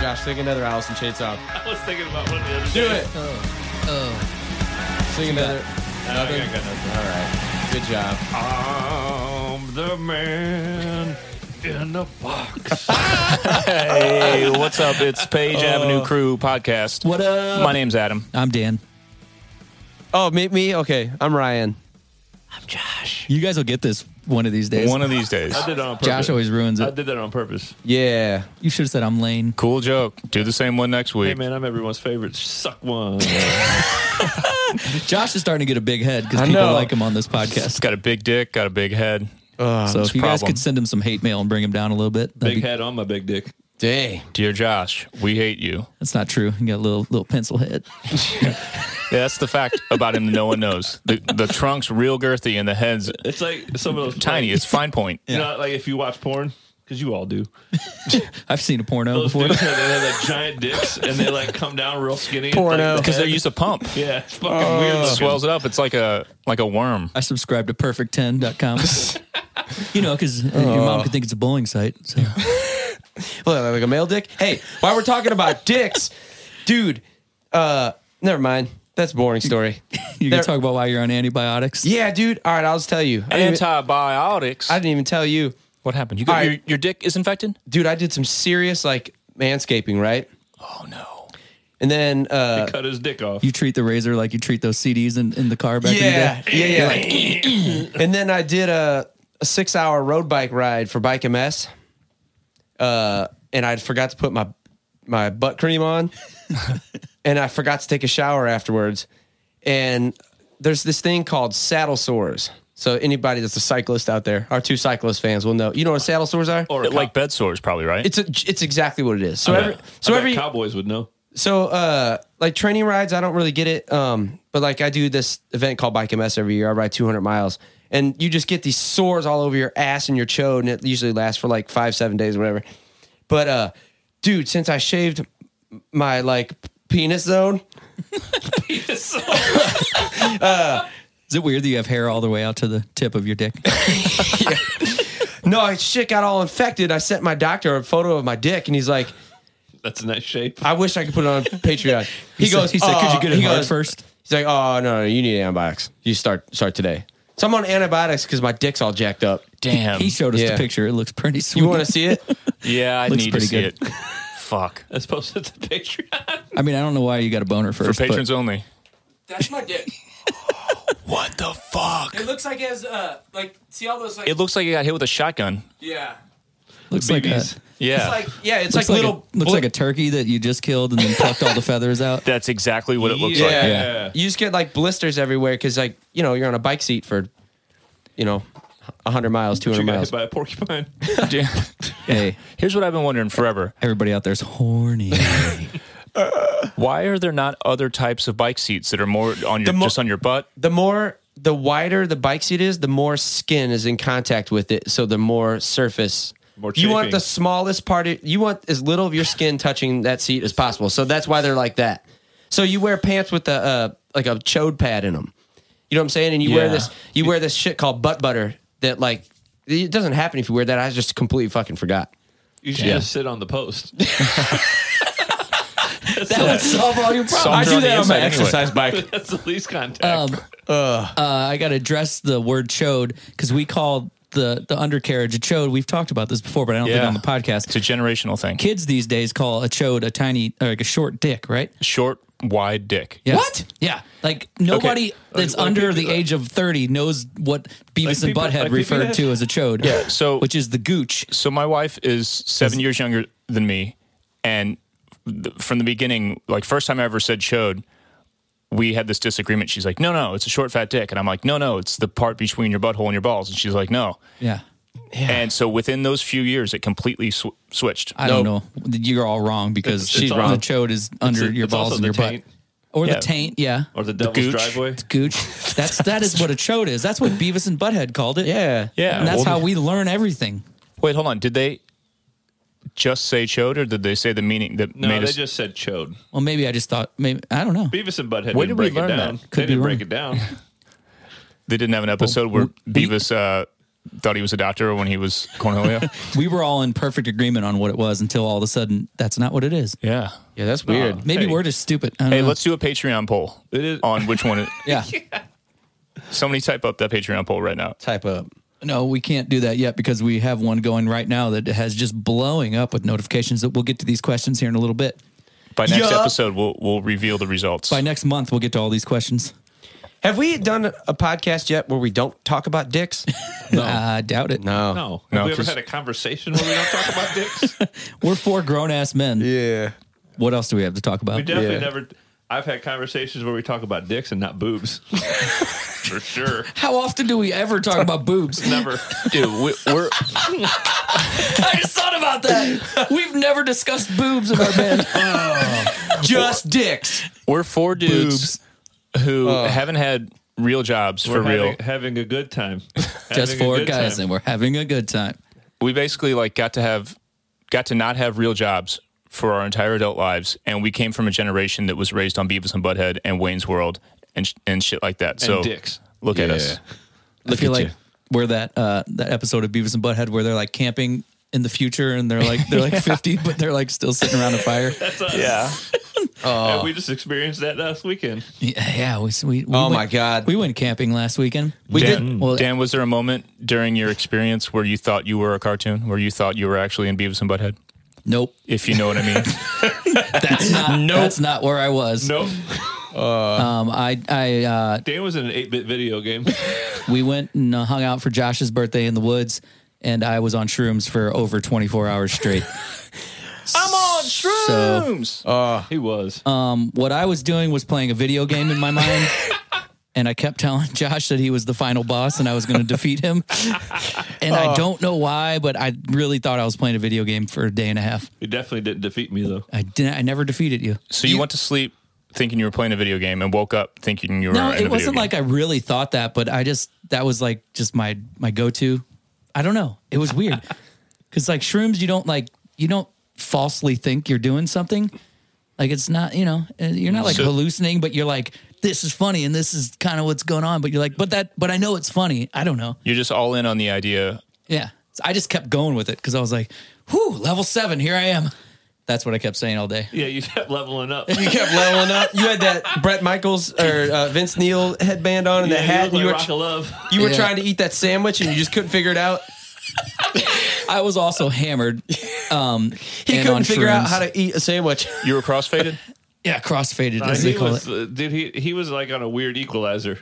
Josh, sing another Allison Chainsaw. I was thinking about one the other Do day. it. Oh, oh. Sing another. No, Oh, I got nothing. All right. Good job. I'm the man in the box. Hey, what's up? It's Page Avenue Crew Podcast. What up? My name's Adam. I'm Dan. Oh, meet me. Okay, I'm Ryan. You guys will get this one of these days. One of these days. I did that on purpose. Josh always ruins I it. did that on purpose. Yeah. You should have said I'm Lane. Cool joke. Do the same one next Hey week. man, I'm everyone's favorite. Suck one. Josh is starting to get a big head because I people know. like him on this It's podcast. got a big dick, got a big head. so if you guys problem. could send him some hate mail and bring him down a little bit, that'd big be, head on my big dick. Dang. Dear Josh, we hate you. that's not true. You got a little little pencil head. Yeah, that's the fact about him that no one knows. The, the trunk's real girthy and the head's It's like some of those tiny. It's fine point. You know, like if you watch porn, because you all do. I've seen a porno Those before. dudes, they have like giant dicks, and they like come down real skinny. It's Porno. like the Because they're head- used to pump. yeah, it's fucking Oh. weird. looking. Swells it up. It's like a like a worm. I subscribe to perfect10.com. you know, because your mom could think it's a bowling site. So. Well, like a male dick. Hey, while we're talking about dicks, dude. Uh, never mind. That's a boring story. You There- can talk about why you're on antibiotics. Yeah, dude. All right, I'll just tell you. I didn't, even, Antibiotics. I didn't even tell you, what happened? You All got, right. your, your dick is infected? dude. I did some serious like manscaping, right? Oh, no. And then uh, Cut his dick off. You treat the razor like you treat those CDs in, in the car back in yeah, the day. yeah, yeah, and then I did a, a six-hour road bike ride for Bike MS, uh, and I forgot to put my my butt cream on, and I forgot to take a shower afterwards. And there's this thing called saddle sores. So anybody that's a cyclist out there, our two cyclist fans will know. You know what saddle sores are? Or a Like bed sores, probably, right? it's a, it's exactly what it is. So cop. every I bet- so I bet every cowboys would know. so uh like training rides i don't really get it um but like i do this event called bike ms every year i ride 200 miles and you just get these sores all over your ass and your chode and it usually lasts for like five seven days or whatever but uh dude since i shaved my like penis zone Is it weird that you have hair all the way out to the tip of your dick? no shit got all infected i sent my doctor a photo of my dick and he's like That's a nice shape. i wish i could put it on patreon he, said- goes he said, could "Uh," you get it he hard goes, first? He's like, oh no, no, you need antibiotics. You start start today. So I'm on antibiotics because my dick's all jacked up. Damn. He showed us Yeah. the picture. It looks pretty sweet. You want to see it? yeah, I Looks need to pretty see good. it. Fuck. That's posted to Patreon. I mean, I don't know why you got a boner For first. but- patrons only. That's my dick. What the fuck? looks like as uh like see all those like It looks like you got hit with a shotgun. yeah. looks like a, BBs. looks Yeah. It's like yeah, it's like, like a- little looks like a turkey that you just killed and then plucked all the feathers out. That's exactly what it looks yeah. like. Yeah. You just get like blisters everywhere because like you know you're on a bike seat for you know hundred miles, two You hundred got miles. hit by a porcupine. Damn. Hey, Here's what I've been wondering forever. everybody out there's horny. Why are there not other types of bike seats that are more on your mo- just on your butt? The more the wider the bike seat is, the more skin is in contact with it, so the more surface. More you want chafing. the smallest part. Of, you want as little of your skin touching that seat as possible. So that's why they're like that. So you wear pants with a uh, like a chode pad in them. You know what I'm saying? And you wear Yeah. this. You wear this shit called butt butter that like it doesn't happen if you wear that. I just completely fucking forgot. You should just sit on the post. that would solve all your Solve- Thumbs are on the inside anyway. bike. That's the least contact. Um, uh, I got to address the word chode because we called the, the undercarriage a chode. We've talked about this before, but I don't think Yeah. on the podcast. It's a generational thing. Kids these days call a chode a tiny, or like a short dick, right? Short, wide dick. Yeah. What? Yeah. Like nobody that's Like, like under the people- age of 30 knows what Beavis people- and Butthead like people referred have- to as a chode. Yeah. so- which is the gooch. So my wife is seven years younger than me, and th- from the beginning, like first time I ever said showed, we had this disagreement. She's like, "No, no, it's a short fat dick," and I'm like, "No, no, it's the part between your butthole and your balls." And she's like, "No." Yeah. And so within those few years, it completely sw- switched. I don't know. You're all wrong because It's- it's she's all- wrong. The chode is under it's your balls also and the your taint. butt. Or Yeah. the taint, yeah. or the devil's gooch. driveway. gooch. That's that is what a chode is. That's what Beavis and Butthead called it. Yeah. Yeah. And that's Well, how we learn everything. Wait, hold on. Did they just say chode, or did they say the meaning that No, made they us? just said chode. Well, maybe I just thought maybe I don't know. Beavis and Butthead Where didn't did we break it learn down. that? Could They be didn't break wrong. it down. Oh, they didn't have an episode where Beavis uh, thought he was a doctor when he was Cornelio. We were all in perfect agreement on what it was until all of a sudden that's not what it is. yeah. Yeah, that's weird. Maybe Hey. we're just stupid. I don't Hey, know. let's do a Patreon poll It is- on which one. It, yeah. somebody type up that Patreon poll right now. Type up. No, we can't do that yet because we have one going right now that has just blowing up with notifications that we'll get to these questions here in a little bit. By next Yeah. episode, we'll we'll reveal the results. By next month, we'll get to all these questions. Have we done a podcast yet where we don't talk about dicks? I doubt it. No. No. No, Have we ever 'cause- had a conversation where we don't talk about dicks? We're four grown ass men. Yeah. What else do we have to talk We about? definitely Yeah. never. I've had conversations where we talk about dicks and not boobs. For sure. How often do we ever talk about boobs? Never. Dude, we, we're I just thought about that. We've never discussed boobs in our band. Oh. Just dicks. we're four dudes who haven't had real jobs We're for real. Having, having a good time. Having just a four good guys, time. and we're having a good time. we basically like got to have got to not have real jobs for our entire adult lives and we came from a generation that was raised on Beavis and Butthead and Wayne's World and sh- and shit like that. So dicks. look at us. I feel at like you. we're that uh, that episode of Beavis and Butthead where they're like camping in the future and they're like they're like fifty, but they're like still sitting around a fire. Yeah. And we just experienced that last weekend. Yeah, yeah we, we, we Oh went- my God. we went camping last weekend. We Dan, Well, Dan, was there a moment during your experience where you thought you were a cartoon, where you thought you were actually in Beavis and Butthead? nope, If you know what I mean. that's not that's not where I was. Nope. Um, I I uh, Dan was in an 8 bit video game. we went and uh, hung out for Josh's birthday in the woods, and I was on shrooms for over twenty four hours straight. I'm on shrooms! he was. what I was doing was playing a video game in my mind. And I kept telling Josh that he was the final boss and I was going to defeat him. And I don't know why, but I really thought I was playing a video game for a day and a half. he definitely didn't defeat me, though. I didn't. I never defeated you. so you, went to sleep thinking you were playing a video game and woke up thinking you were in No, a video it wasn't game. like I really thought that, but I just that was like just my my go to. I don't know. It was weird because like shrooms, you don't like you don't falsely think you're doing something. Like it's not you know uh, you're not like So- hallucinating, but you're like this is funny and this is kind of what's going on. But you're like but that but I know it's funny. I don't know. You're just all in on the idea. Yeah, so I just kept going with it because I was like, whoo, level seven, here I am. That's what I kept saying all day. Yeah, you kept leveling up. You kept leveling up. You had that Brett Michaels or uh, Vince Neil headband on and yeah, that you hat. and look you like were, Rock of Love. you were Yeah. trying to eat that sandwich and you just couldn't figure it out. I was also hammered. Um, He and on couldn't figure out shrooms. how to eat a sandwich. You were crossfaded? yeah crossfaded Uh, as they he call it. was, uh, dude, he, he was like on a weird equalizer.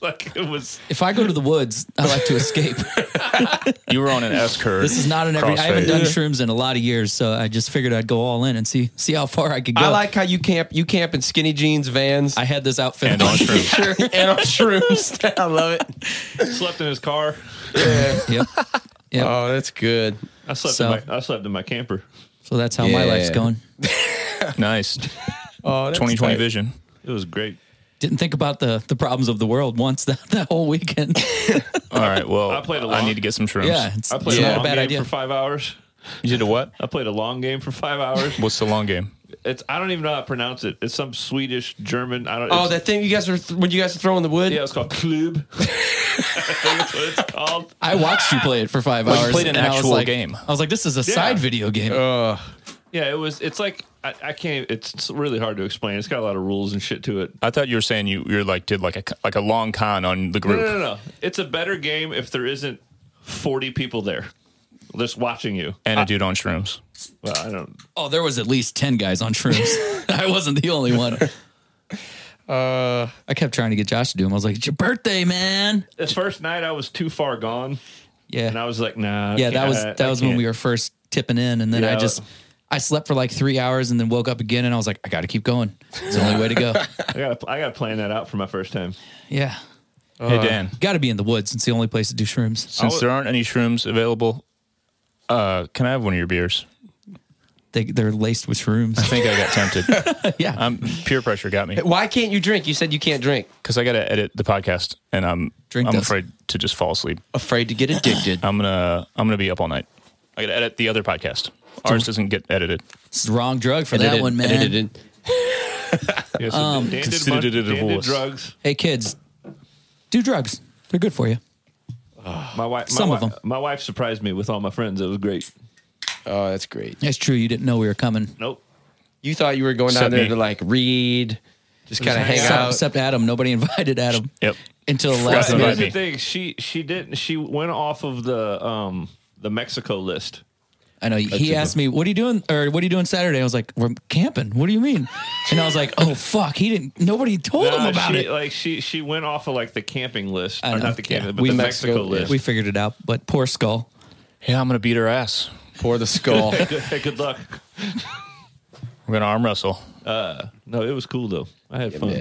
like it was. If I go to the woods, I like to escape. You were on an S curve. This is not an every. I haven't Crossfade. done shrooms in a lot of years, so I just figured I'd go all in and see see how far I could go. I like how you camp. You camp in skinny jeans, vans, I had this outfit And on shrooms. sure, and on shrooms. I love it. Slept in his car. Yep. Yep. Oh, that's good. I slept. So- in my, I slept in my camper. so that's how my life's Yeah. going. Nice. Oh, that's 2020 tight. vision. It was great. Didn't think about the the problems of the world once that, that whole weekend. All right. Well, I played a I lot. need to get some shrooms. yeah, it's, I played it's Yeah. a not long a bad game idea. for five hours. You did a what? I played a long game for five hours. What's the long game? It's I don't even know how to pronounce it. It's some Swedish German. I don't. Oh, it's- that thing you guys were th- when you guys were throwing the wood. yeah, it's called Klub. I think that's what it's called. I watched you play it for five you hours. played an and I was actual like- game. I was like, this is a side video game. Uh, Ugh. Yeah, it was. It's like I, I can't. It's it's really hard to explain. It's got a lot of rules and shit to it. I thought you were saying you you're like did like a like a long con on the No, group. no, no, no. It's a better game if there isn't forty people there, just watching you. And a dude on shrooms. Well, I don't. oh, there was at least ten guys on shrooms. I wasn't the only one. Uh, I kept trying to get Josh to do them. I was like, "It's your birthday, man." The first night I was too far gone, Yeah, and I was like, nah. I Yeah, that can't- was I- that I was when we can't. were first tipping in, and then I Yeah. just I slept for like three hours, and then woke up again, and I was like, I got to keep going. It's the only way to go. I got. I got to plan that out for my first time. Yeah, hey Dan, got to be in the woods. It's the only place to do shrooms. since there aren't any shrooms available, uh, can I have one of your beers? They they're laced with I shrooms. think I got tempted. yeah, I'm peer pressure got me Why can't you drink? You said you can't drink. because I got to edit the podcast, and I'm Drink I'm this. afraid to just fall asleep. Afraid to get addicted. I'm gonna I'm gonna be up all night. I got to edit the other podcast. Ours doesn't get edited. it's the wrong drug for that one, man. Yeah, so Um, Dan, did, a Considered bunch- a Dan did divorce. drugs. Hey kids, do drugs. They're good for you. My wife, my Some wi- of them. My wife surprised me with all my friends. It was great. Oh, that's great. That's true. You didn't know we were coming. Nope. You thought you were going down Except there me. to like read, just kind of hang except, out. except Adam. Nobody invited Adam. Yep. Until the Forgot last to But invite minute. here's me. the thing. She she didn't. She went off of the um the Mexico list. I know he asked me, "What are you doing?" or "What are you doing Saturday?" I was like, "We're camping." What do you mean? And I was like, "Oh fuck, he didn't. Nobody told him Nah, about she, it." Like she she went off of like the camping list, I or know. not the camping, Yeah. but We- the Mexico, Mexico, list. We figured it out, but poor skull. Yeah, I'm gonna beat her ass. Pour the skull. good, hey, good luck. We're gonna arm wrestle. No, it was cool though. I had fun. Man,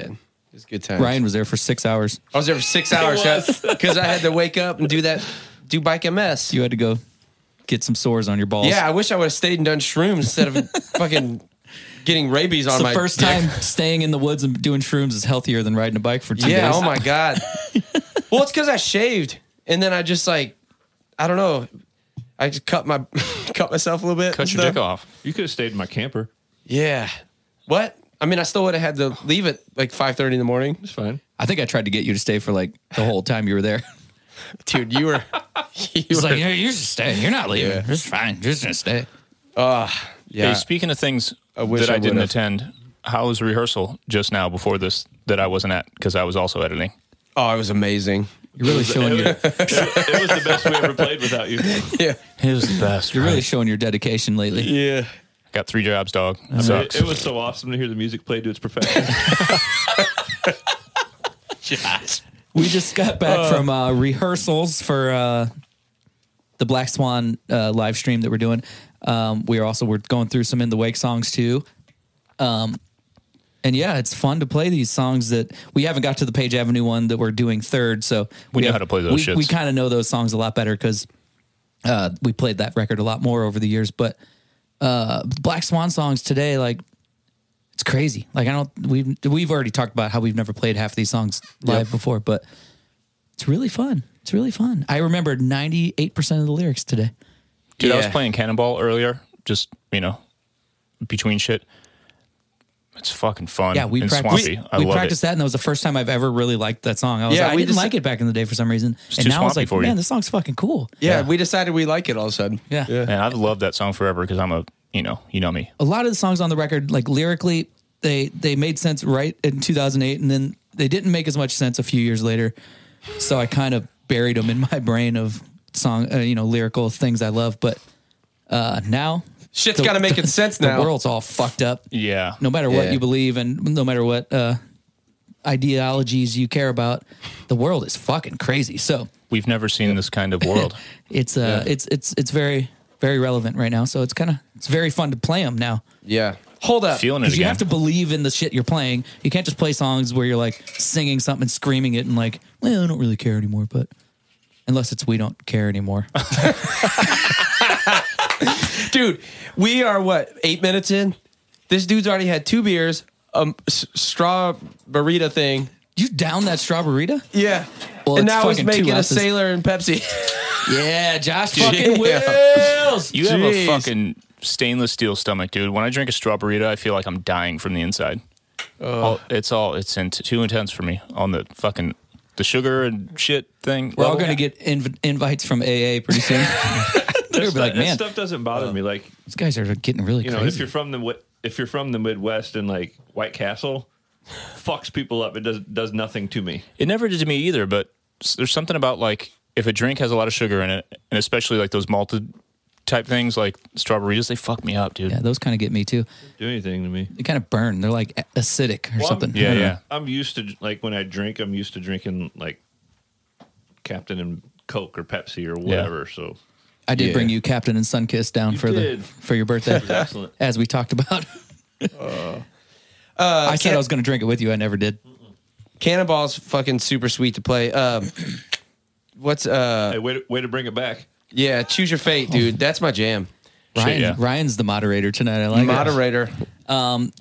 it was good time. Ryan was there for six hours. I was there for six hours because I had to wake up and do that, do bike MS. You had to go get some sores on your balls. Yeah, I wish I would have stayed and done shrooms instead of fucking getting rabies on It's the my first dick. time staying in the woods and doing shrooms is healthier than riding a bike for two Yeah. days. Oh my god. well, it's because I shaved and then I just like, I don't know, I just cut my cut myself a little bit. Cut and your stuff. dick off. You could have stayed in my camper. Yeah. What? I mean, I still would have had to leave at like five thirty in the morning. It's fine. I think I tried to get you to stay for like the whole time you were there. Dude, you were. You He's were like, "Hey, you're just staying. You're not leaving. Yeah. It's fine. You're just gonna stay." yeah. Hey, speaking of things wish that I, I didn't would've. attend, how was rehearsal just now before this that I wasn't at because I was also editing? Oh, it was amazing. You're really showing your It was the best we ever played without you. Yeah. It was the best. you're really showing your dedication lately. Yeah. Got three jobs, dog. That It, sucks. it was so awesome to hear the music played to its perfection. We just got back from uh, rehearsals for uh, the Black Swan uh, live stream that we're doing. Um, we are also we're going through some in the wake songs too, um, and yeah, it's fun to play these songs that we haven't got to the Page Avenue one that we're doing third. So We know have- how to play those We, shits. we kind of know those songs a lot better because uh, we played that record a lot more over the years. But uh, Black Swan songs today, like it's crazy. Like I don't we've we've already talked about how we've never played half of these songs live before, but it's really fun. It's really fun. I remember ninety eight percent of the lyrics today. Dude, I was Yeah. playing Cannonball earlier, just you know, between shit. It's fucking fun. Yeah, we and practiced. swampy. We, I we love it. practiced that, and that was the first time I've ever really liked that song. I was Yeah, like, I we didn't just- like it back in the day for some reason, and too now I was swampy like, for you. man, this song's fucking cool. Yeah, we decided we like it all of a sudden. Yeah. Man, I've loved that song forever because I'm a you know you know me. a lot of the songs on the record, like lyrically, they they made sense right in 2008, and then they didn't make as much sense a few years later. So I kind of buried them in my brain of song, uh, you know, lyrical things I love. But uh, now Shit's the- gotta make it sense the now. world's all fucked up. Yeah. No matter what Yeah. you believe, and no matter what uh, ideologies you care about, the world is fucking crazy. So We've never seen this kind of world. it's uh, it's it's it's very very relevant right now. So it's kind of it's very fun to play them now. Yeah. Hold up. Feeling it Because again. you have to believe in the shit you're playing. You can't just play songs where you're like singing something, screaming it, and like, well, I don't really care anymore. But unless it's we don't care anymore. Dude, we are what, eight minutes in? This dude's already had two beers, um s- straw burrito thing. you down that strawberrita? Yeah. Well, and it's now he's fucking two making a ounces. sailor and Pepsi. Yeah, Josh Yeah. fucking Wills. You have Jeez. a fucking stainless steel stomach, dude. When I drink a straw burrito, I feel like I'm dying from the inside. All- it's all it's in too intense for me on the fucking the sugar and shit thing. We're all level. gonna get inv- invites from AA pretty soon. They're gonna That be stuff- like, that man, stuff doesn't bother me. Like these guys are getting really you know, if crazy. you're from the wi- if you're from the Midwest and like White Castle, fucks people up. It does does nothing to me. It never did to me either, but s- there's something about like if a drink has a lot of sugar in it, and especially like those malted type things like strawberries, they fuck me up, dude. yeah, those kind of get me too. Do anything to me. They kind of burn. They're like a- acidic or Well, I'm- something. Yeah, yeah. I'm used to like when I drink, I'm used to drinking like Captain and Coke or Pepsi or whatever. So I did Yeah. bring you Captain and Sunkiss down for the did. for your birthday. excellent. as we talked about. I said I was going to drink it with you. I never did. Cannonball's fucking super sweet to play. Um what's uh Hey, way to, way to bring it back. yeah, choose your fate, dude. That's my jam. Shit, Ryan, yeah. Ryan's the moderator tonight. I like it. Moderator.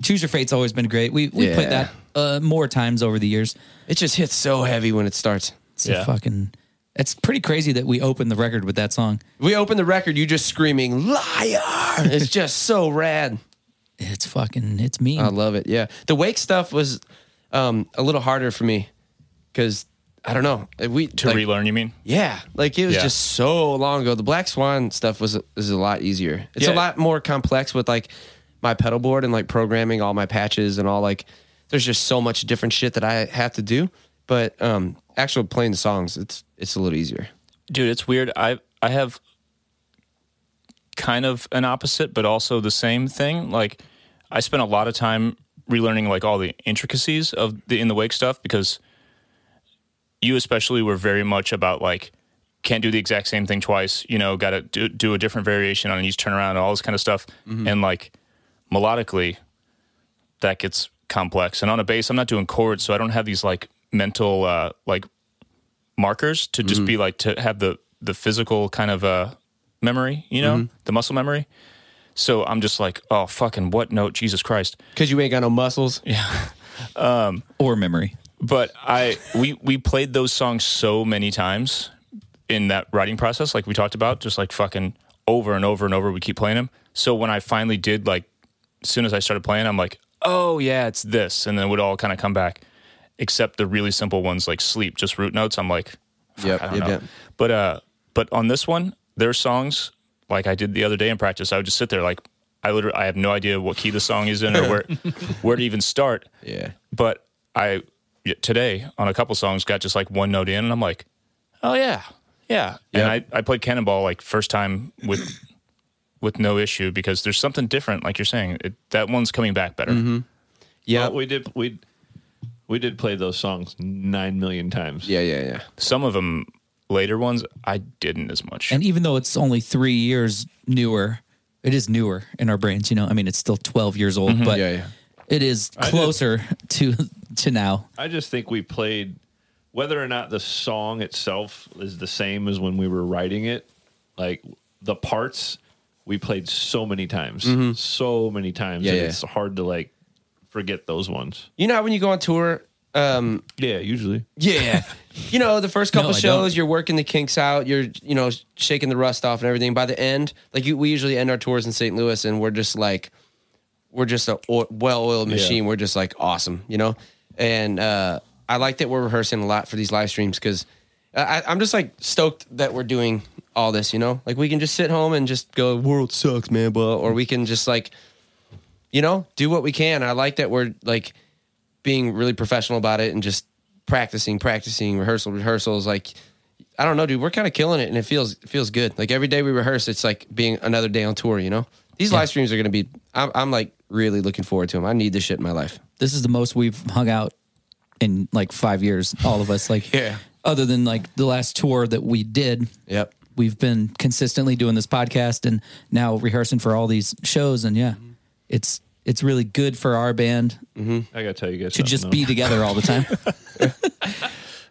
Choose Your Fate's always been great. We we played Yeah. that uh, more times over the years. It just hits so heavy when it starts. It's a Yeah. fucking. It's pretty crazy that we opened the record with that song. We open the record, you just screaming, liar. It's just so rad. It's fucking. It's mean. I love it. Yeah. The wake stuff was um, a little harder for me because I don't know. We to like, relearn. You mean? Yeah, like it was Yeah. just so long ago. The Black Swan stuff was is a lot easier. It's a Yeah. lot more complex with like my pedal board and like programming all my patches and all like. There's just so much different shit that I have to do. But um, actually playing the songs, it's it's a little easier. dude it's weird i i have kind of an opposite but also the same thing like i spent a lot of time relearning like all the intricacies of the in the wake stuff because you especially were very much about like can't do the exact same thing twice you know gotta do, do a different variation on each turnaround and all this kind of stuff and like melodically that gets complex and on a bass i'm not doing chords so i don't have these like mental uh like markers to just be like to have the the physical kind of uh memory you know the muscle memory so i'm just like oh fucking what note jesus christ Cause you ain't got no muscles. or memory. but I we we played those songs so many times in that writing process, like we talked about, just like fucking over and over and over. We keep playing them. So when I finally did, like, as soon as I started playing, I'm like, oh yeah, it's this, and then it would all kind of come back, except the really simple ones like sleep, just root notes. I'm like, fuck, Yep, I don't yep, know. yep. But uh, but on this one, their songs, like I did the other day in practice, I would just sit there like. I literally, I have no idea what key the song is in or where, where to even start Yeah. but I y- today on a couple songs got just like one note in, and I'm like, oh yeah, yeah. And Yeah. I I played Cannonball like first time with with no issue because there's something different, like you're saying. It, that one's coming back better. Mm-hmm. Yeah. Well, we did we we did play those songs nine million times. yeah. Yeah. Yeah. Some of them later ones I didn't as much. And even though it's only three years newer, it is newer in our brains. You know, I mean, it's still twelve years old, but Yeah, yeah. it is did- closer to to now. I just think we played whether or not the song itself is the same as when we were writing it, like the parts we played so many times, so many times, Yeah, and yeah. it's hard to like forget those ones. You know how when you go on tour, um, Yeah, usually. Yeah. you know, the first couple I shows, don't. you're working the kinks out, you're, you know, shaking the rust off and everything. By the end, like you, we usually end our tours in St. Louis and we're just like, we're just a o- well-oiled machine. We're just like awesome, you know? And uh, I like that we're rehearsing a lot for these live streams because I'm just like stoked that we're doing all this, you know? Like we can just sit home and just go, world sucks, man, blah. Or we can just like, you know, do what we can. I like that we're like being really professional about it and just practicing, practicing, rehearsal, rehearsals. Like, I don't know, dude, we're kind of killing it and it feels it feels good. Like every day we rehearse, it's like being another day on tour. You know, these live streams are gonna be. I'm, I'm like really looking forward to them. I need this shit in my life. This is the most we've hung out in like five years, all of us. Like, Yeah. Other than like the last tour that we did, Yep. we've been consistently doing this podcast and now rehearsing for all these shows. And yeah, Mm-hmm. it's it's really good for our band I gotta tell you guys to just be together all the time.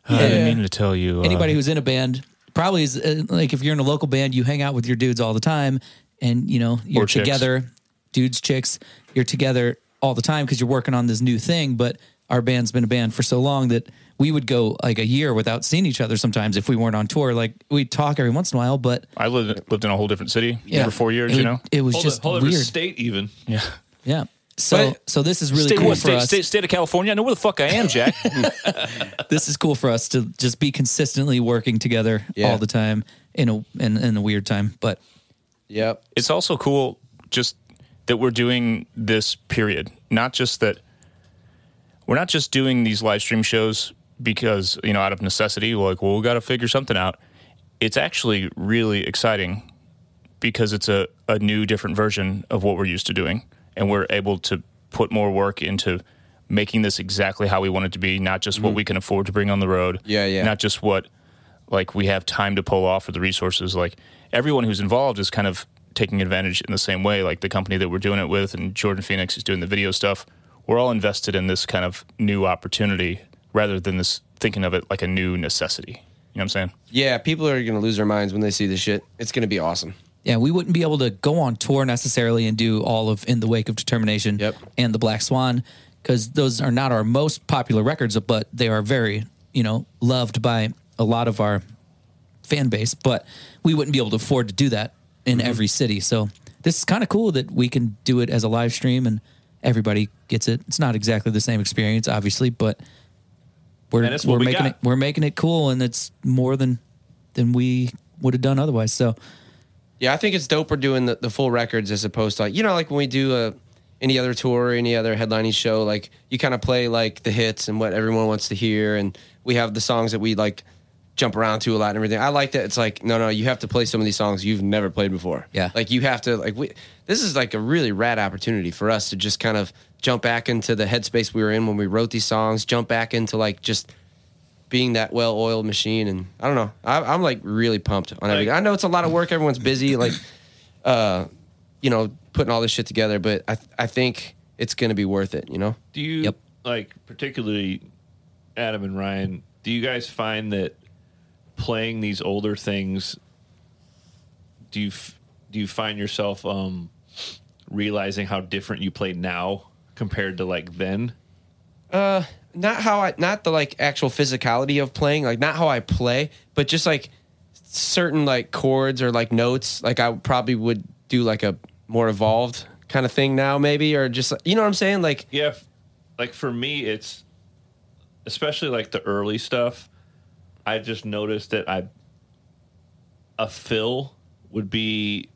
I didn't mean to tell you. uh, anybody who's in a band probably is uh, like if you're in a local band you hang out with your dudes all the time and you know you're Or chicks. together dudes chicks you're together all the time because you're working on this new thing but our band's been a band for so long that we would go like a year without seeing each other sometimes if we weren't on tour like we'd talk every once in a while but I lived lived in a whole different city for four years. it, you would- know. it was whole, just whole other weird state even. yeah. yeah so But- so this is really state, cool what, for state, us state, state of California. I know where the fuck I am, Jack. this is cool for us to just be consistently working together Yeah. all the time in a in, in a weird time but Yep. it's also cool just that we're doing this period not just that we're not just doing these live stream shows because you know out of necessity we're like well we got to figure something out it's actually really exciting because it's a, a new different version of what we're used to doing and we're able to put more work into making this exactly how we want it to be not just what we can afford to bring on the road Mm-hmm. Yeah, yeah. not just what like we have time to pull off or the resources like everyone who's involved is kind of taking advantage in the same way like the company that we're doing it with and jordan phoenix is doing the video stuff we're all invested in this kind of new opportunity rather than this thinking of it like a new necessity you know what i'm saying Yeah, people are gonna lose their minds when they see this shit. It's gonna be awesome. Yeah, we wouldn't be able to go on tour necessarily and do all of In the Wake of Determination Yep. and The Black Swan because those are not our most popular records, but they are very, you know, loved by a lot of our fan base. But we wouldn't be able to afford to do that in Mm-hmm. every city. So this is kind of cool that we can do it as a live stream and everybody gets it. It's not exactly the same experience, obviously, but we're And that's what we're we making got. it we're making it cool, and it's more than than we would have done otherwise. So Yeah, I think it's dope we're doing the, the full records as opposed to like you know like when we do a any other tour, or any other headlining show, like you kind of play like the hits and what everyone wants to hear, and we have the songs that we like jump around to a lot and everything. I like that it's like no, no, you have to play some of these songs you've never played before. Yeah. like you have to like we. This is like a really rad opportunity for us to just kind of jump back into the headspace we were in when we wrote these songs, jump back into like just being that well-oiled machine and i don't know I, i'm like really pumped on everything i know it's a lot of work everyone's busy like uh you know putting all this shit together but i i think it's gonna be worth it you know Do you Yep. like particularly Adam and Ryan? Do you guys find that playing these older things? Do you f- do you find yourself um, realizing how different you play now compared to like then? not how i not the like actual physicality of playing like not how i play but just like certain like chords or like notes like i probably would do like a more evolved kind of thing now maybe or just you know what i'm saying like yeah f- like for me it's especially like the early stuff i just noticed that i a fill would be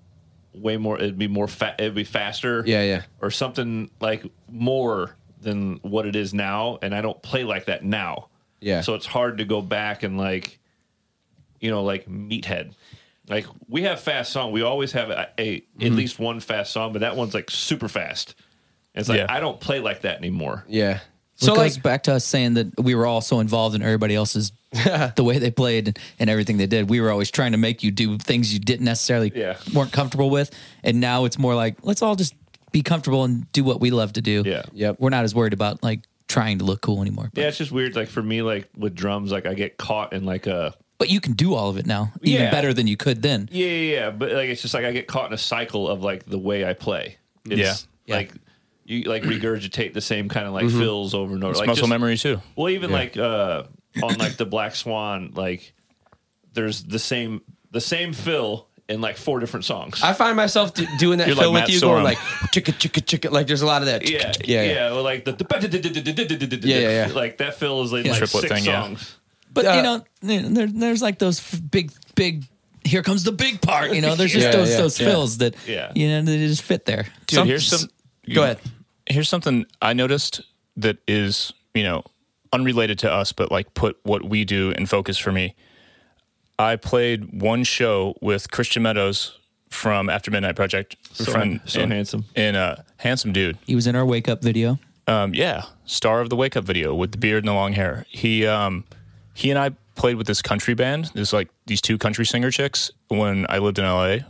way more it'd be more fa- it'd be faster Yeah, yeah. or something like more than what it is now and i don't play like that now Yeah. so it's hard to go back and like you know like meathead like we have fast song we always have a, a at least one fast song but that one's like super fast it's like Yeah. i don't play like that anymore yeah so so it goes like back to us saying that we were all so involved in everybody else's the way they played and everything they did. We were always trying to make you do things you didn't necessarily Yeah. weren't comfortable with, and now it's more like let's all just be comfortable and do what we love to do. Yeah. Yep. We're not as worried about like trying to look cool anymore. But, Yeah, it's just weird. Like for me, like with drums, like I get caught in like a but you can do all of it now, even Yeah. better than you could then. yeah, yeah, yeah. But like it's just like I get caught in a cycle of like the way I play. It's Yeah. Like you like regurgitate the same kind of like fills over and over. It's like muscle just- memory too. Well, even like uh on like the Black Swan, like there's the same the same fill in like four different songs. I find myself d- doing that You're fill like with you, Matt going Sorum. like chicka chicka chicka. Like there's a lot of that. yeah, yeah, yeah, yeah. Well, like the, the Yeah, yeah, yeah. like that fill is like, like Triplet six thing, yeah. songs. But Uh, you know, there, there's like those f- big, big. Here comes the big part. You know, there's just Yeah, those yeah, those yeah. fills that Yeah. you know they just fit there. Dude, Some- here's some. Go ahead. Here's something I noticed that is you know unrelated to us, but like put what we do in focus for me. I played one show with Christian Meadows from After Midnight Project. So- so in- handsome. in a handsome dude. He was in our wake up video. um, yeah, star of the Wake Up video with the beard and the long hair. He um, he and I played with this country band. There's like these two country singer chicks when I lived in LA,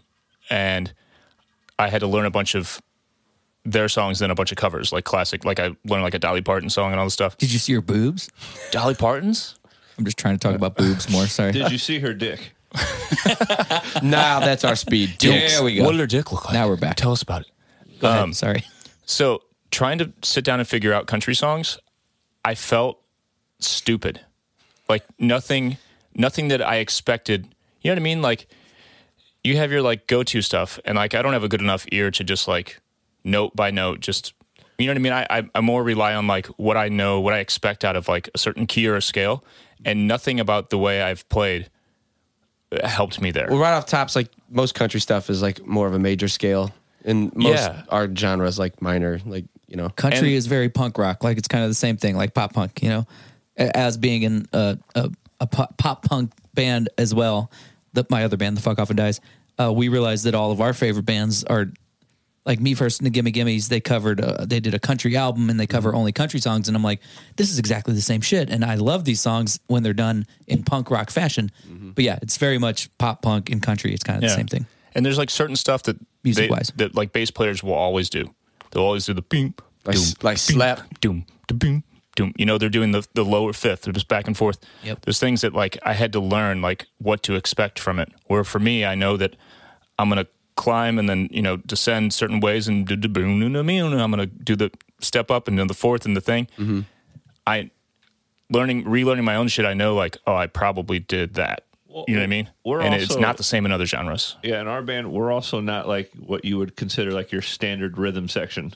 and I had to learn a bunch of their songs and a bunch of covers, like classic. Like I learned like a Dolly Parton song and all this stuff. Did you see her boobs? Dolly Parton's? I'm just trying to talk about boobs more. Sorry. Did you see her dick? Now that's our speed. There we go. What did her dick look like? Now we're back. Tell us about it. Go ahead. um, Sorry. So trying to sit down and figure out country songs, I felt stupid. Like nothing nothing that I expected. You know what I mean? Like you have your like go to stuff and like I don't have a good enough ear to just like note by note just you know what I mean? I, I I more rely on like what I know, what I expect out of like a certain key or a scale, and nothing about the way I've played uh, helped me there. Well, right off tops, like most country stuff is like more of a major scale, and most Yeah. our genre is like minor. Like you know, Country And- is very punk rock. Like it's kind of the same thing, like pop punk, you know, A- as being in a, a, a po- pop punk band as well. That my other band, The Fuck Off and Dies, uh, we realized that all of our favorite bands are like me first and the Gimme Gimmes. They covered, uh, they did a country album and they cover only country songs. And I'm like, this is exactly the same shit. And I love these songs when they're done in punk rock fashion. But yeah, it's very much pop punk and country. It's kind of the Mm-hmm. Yeah. same thing. And there's like certain stuff that Music they- wise. that like bass players will always do. They'll always do the boom, Like s- like slap. doom, da boom, doom. You know, they're doing the the lower fifth. They're just back and forth. Yep. There's things that like I had to learn like what to expect from it. Where for me, I know that I'm gonna climb and then you know descend certain ways and do the boom, and I'm gonna do the step up and then the fourth and the thing. Mm-hmm. I learning relearning my own shit. I know like oh, I probably did that. you know what I mean? we're and it's also- not the same in other genres. Yeah, in our band, we're also not like what you would consider like your standard rhythm section.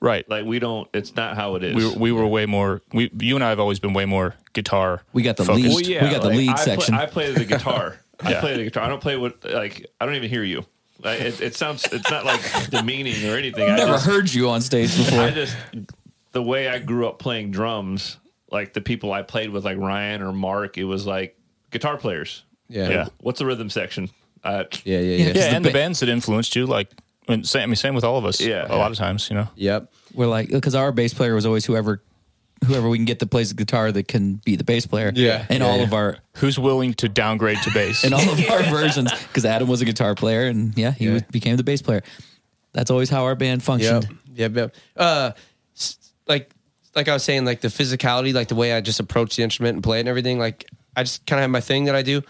Right. Like we don't. It's not how it is. we, we were way more. We you and I have always been way more guitar. We got the focused. lead. we got the lead I section. Play, I play the guitar. I Yeah. play the guitar. I don't play what like. I don't even hear you. Like, it, it sounds. It's not like demeaning or anything. I Never just, heard you on stage I before. just the way I grew up playing drums, like the people I played with, like Ryan or Mark, it was like guitar players. Yeah. Like, Yeah. What's the rhythm section? Uh, Yeah. Yeah. Yeah. Yeah, the and the ba- bands that influenced you, like and same, I mean, same with all of us. Yeah. a lot of times, you know. Yep. We're like, because our bass player was always whoever, whoever we can get that plays the guitar that can be the bass player. Yeah. and Yeah, all yeah. of our Who's willing to downgrade to bass? in all of our versions because Adam was a guitar player and yeah, he Yeah. was- became the bass player. That's always how our band Yep. functioned. Yep. Yep. Uh, s- like, like I was saying, like the physicality, like the way I just approach the instrument and play it and everything. Like, I just kind of have my thing that I do.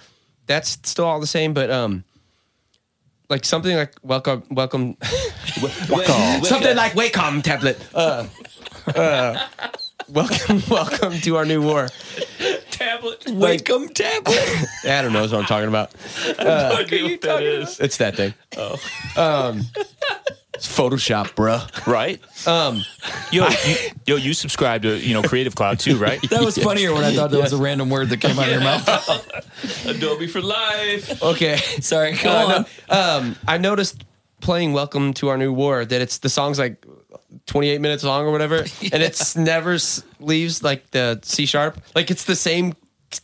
That's still all the same, but um, like something like welcome, welcome, something like Wacom tablet. Uh, uh, welcome, welcome to our new war. tablet. Uh, Welcome, tablet. Adam knows what I'm talking about. Fuck you, what that is. It's that thing. Oh, um, it's Photoshop, bruh. right? Um, Yo, you, yo, you subscribe to you know Creative Cloud too, right? That was funnier when I thought that was a random word that came out of your mouth. Adobe for life. okay. Sorry, go Uh, on. no, um, I noticed playing "Welcome to Our New War" that it's the song's like 28 minutes long or whatever, and it's never s- leaves like the C sharp. Like it's the same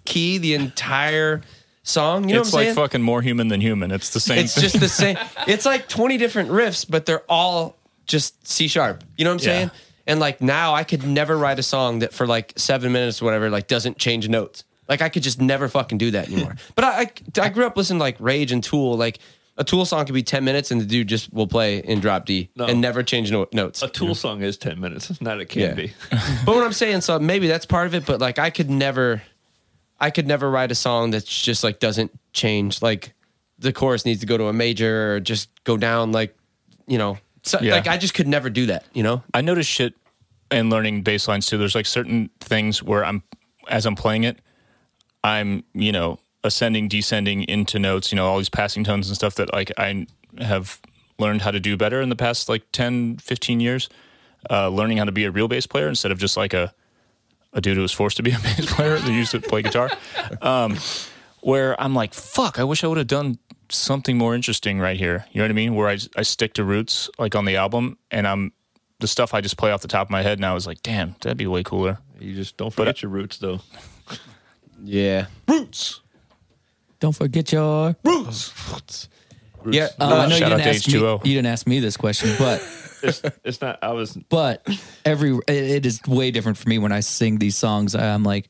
key the entire song. You know it's what I'm like saying? fucking more human than human. It's the same. it's thing. just the same. It's like 20 different riffs, but they're all just C sharp. You know what I'm Yeah. saying? And like now, I could never write a song that for like seven minutes or whatever, like doesn't change notes. Like I could just never fucking do that anymore. but I, I I grew up listening to like Rage and Tool. Like a Tool song could be 10 minutes and the dude just will play in drop D No. and never change no- notes. A Tool song is ten minutes. It's not. It can Yeah. be. but what I'm saying, so maybe that's part of it. But like I could never, I could never write a song that's just like doesn't change. Like the chorus needs to go to a major or just go down. Like you know, so, Yeah. like I just could never do that. You know, I notice shit and learning bass lines too. There's like certain things where I'm as I'm playing it, I'm you know ascending, descending into notes. You know all these passing tones and stuff that like I have learned how to do better in the past like 10, 15 years. Uh, learning how to be a real bass player instead of just like a a dude who was forced to be a bass player that used to play guitar. Um, where I'm like, fuck, I wish I would have done something more interesting right here. You know what I mean? Where I, I stick to roots, like on the album, and I'm the stuff I just play off the top of my head now is like, damn, that'd be way cooler. You just don't forget your roots, though. yeah, Roots. Don't forget your. Roots. yeah. Um, I know you Shout out didn't, to ask me, you H2O. didn't ask me this question, but It's, it's not. I was. but every it, it is way different for me when I sing these songs. I, I'm like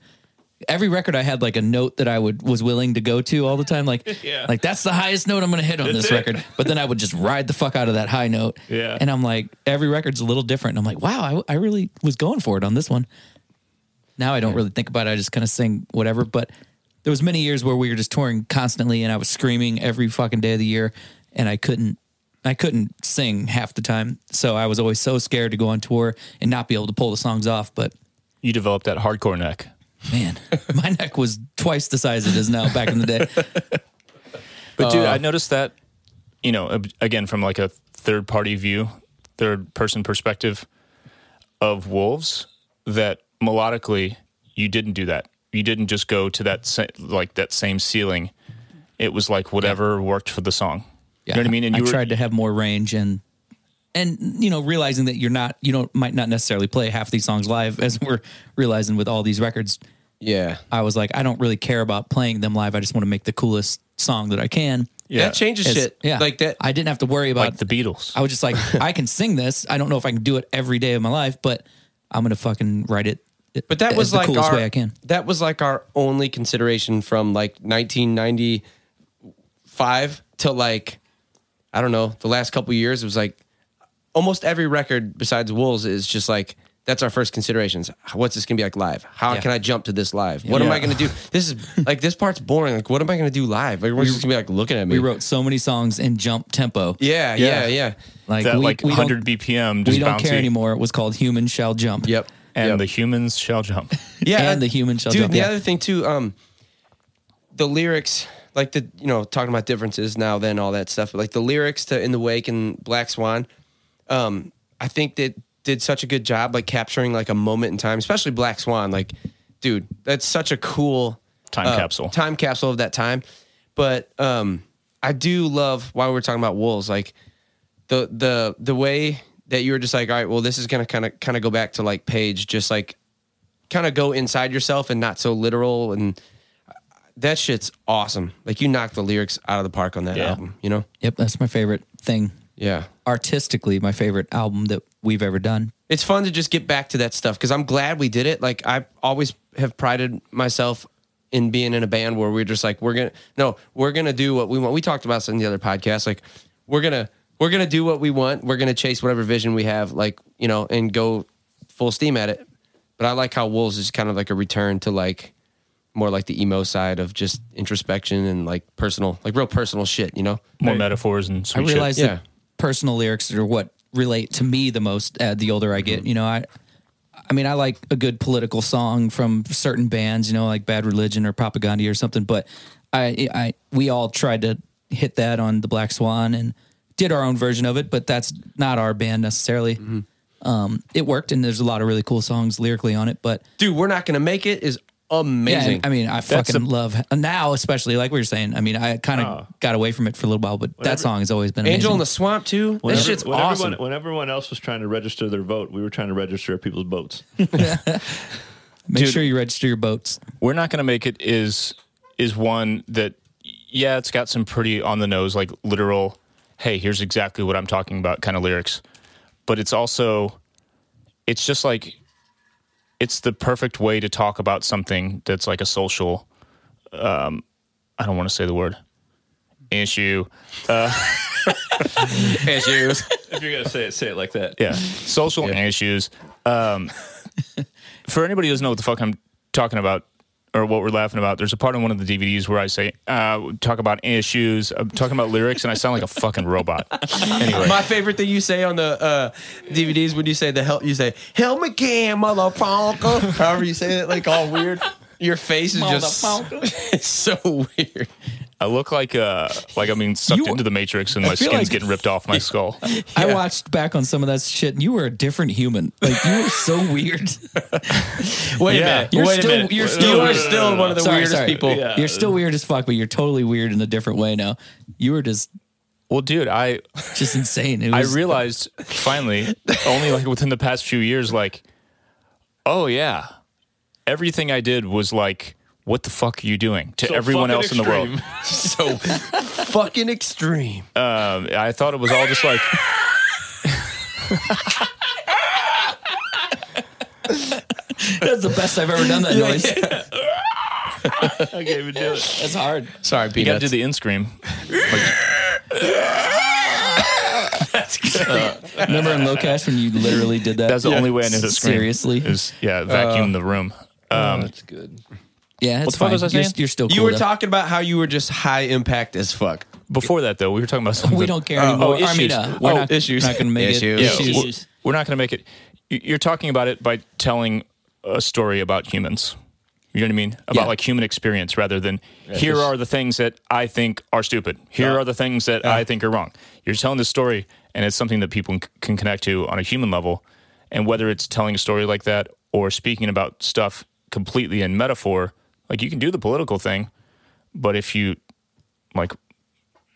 every record I had like a note that I would was willing to go to all the time. Like Yeah. like that's the highest note I'm gonna hit on That's this it. record. But then I would just ride the fuck out of that high note. Yeah. And I'm like every record's a little different. And I'm like wow, I, I really was going for it on this one. Now I don't really think about it. I just kind of sing whatever. But there was many years where we were just touring constantly, and I was screaming every fucking day of the year, and I couldn't, I couldn't sing half the time. So I was always so scared to go on tour and not be able to pull the songs off. But You developed that hardcore neck. man, my neck was twice the size it is now back in the day. But dude, Uh, I noticed that, you know, ab- again from like a third party view, third person perspective of wolves, that melodically you didn't do that. You didn't just go to that sa- like that same ceiling. It was like whatever worked for the song. you know what I mean? I you were- tried to have more range and. And you know, realizing that you're not, you don't might not necessarily play half these songs live, as we're realizing with all these records, yeah. I was like, I don't really care about playing them live. I just want to make the coolest song that I can. Yeah. That changes It's- shit. Yeah. like that. I didn't have to worry about like the Beatles. I was just like, I can sing this. I don't know if I can do it every day of my life, but I'm gonna fucking write it. But that as was the like coolest our, way I can. That was like our only consideration from like 1995 to like I don't know the last couple years. It was like almost every record besides Wolves is just like that's our first considerations. What's this gonna be like live? How Yeah. can I jump to this live? What am I Yeah. gonna do? This is like this part's boring. Like what am I gonna do live? Everyone's just gonna be like looking at me. We wrote so many songs in jump tempo. yeah, yeah, Yeah. yeah, Like that we, like we 100 don't, BPM just we don't bouncy. care anymore. It was called Human Shall Jump. Yep. And yep. the humans shall jump. yeah, uh, and the human shall dude, jump, The yeah. other thing too, um, the lyrics, like the you know talking about differences now, then all that stuff, but like the lyrics to "In the Wake" and "Black Swan," um, I think that did such a good job like capturing like a moment in time, especially Black Swan. Like, dude, that's such a cool Time uh, capsule. Time capsule of that time. But um I do love while we're talking about wolves, like the the the way that you were just like, all right, well, this is gonna kinda kinda go back to like page, just like kind of go inside yourself and not so literal and uh, that shit's awesome. Like you knocked the lyrics out of the park on that Yeah. album, you know? Yep, that's my favorite thing. Yeah. Artistically, my favorite album that we've ever done. it's fun to just get back to that stuff because I'm glad we did it. Like I always have prided myself in being in a band where we're just like we're gonna no we're gonna do what we want. We talked about this in the other podcast. Like we're gonna we're gonna do what we want. We're gonna chase whatever vision we have. Like you know and go full steam at it. But I like how Wolves is kind of like a return to like more like the emo side of just introspection and like personal like real personal shit. You know. More metaphors and I sweet shit. realize Yeah. that personal lyrics are what relate to me the most. Uh, the older I get, you know, I, I mean, I like a good political song from certain bands, you know, like Bad Religion or Propaganda or something. But I, I, we all tried to hit that on the Black Swan and did our own version of it, but that's not our band necessarily. Um, it worked, and there's a lot of really cool songs lyrically on it, but. Dude, we're not gonna make it is Yeah, amazing. and I mean, I fucking love now, especially like we were saying. I mean, I kind of got away from it for a little while, but that song has always been Oh. Angel in amazing. the Swamp too. When that every- shit's when awesome. Everyone, when everyone else was trying to register their vote, we were trying to register people's votes. Make sure you register your boats. we're not going to make it is is one that yeah it's got some pretty on the nose like literal hey here's exactly what i'm talking about kind of lyrics but it's also it's just like it's the perfect way to talk about something that's like a social um i don't want to say the word issue issues. if you're gonna say it, say it like that. yeah social issues um for anybody who doesn't know what the fuck i'm talking about or what we're laughing about there's a part in one of the dvds where i say uh talk about issues i'm talking about lyrics and i sound like a fucking robot anyway My favorite thing you say on the uh, DVDs when you say the hell, you say "Hell McCann, motherfucker." However you say it, like all weird. Your face is just it's so weird. i look like uh like i mean sucked You- into the matrix and my feel skin's like- getting ripped off my skull I watched back on some of that shit, and you were a different human. Like you were so weird. Wait a Yeah. minute. You're Wait still- a minute. you're You still- are still one of the Sorry, weirdest sorry. people. Yeah. You're still weird as fuck, but you're totally weird in a different way now. You were just well dude i just insane. It I was, realized finally, only like within the past few years, like, oh yeah, everything I did was like, what the fuck are you doing to So everyone fucking else in the world? extreme. So fucking extreme. Um, I thought it was all just like. that's the best I've ever done that noise. I can't even do it. That's hard. Sorry, You got to peanuts. do the in scream. Remember in Low Cash when you literally did that? That's the only way I knew to scream. Seriously? is yeah, vacuum the room. Um, That's good. Yeah, it's the fuck fine. was I you're, saying? you're still. you cool were though. talking about how you were just high impact as fuck. before that though, we were talking about something. We don't care oh, anymore. issues. Armina, we're Oh, not, issues. not going to make Issues. it. Yeah, Issues. we're, we're not going to make it. you- You're talking about it by telling a story about humans. You know what I mean? About Yeah. like human experience rather than here are the things that I think are stupid. Here are the things that I think are wrong. You're telling this story and it's something that people c- can connect to on a human level. And whether it's telling a story like that or speaking about stuff completely in metaphor, like you can do the political thing, but if you like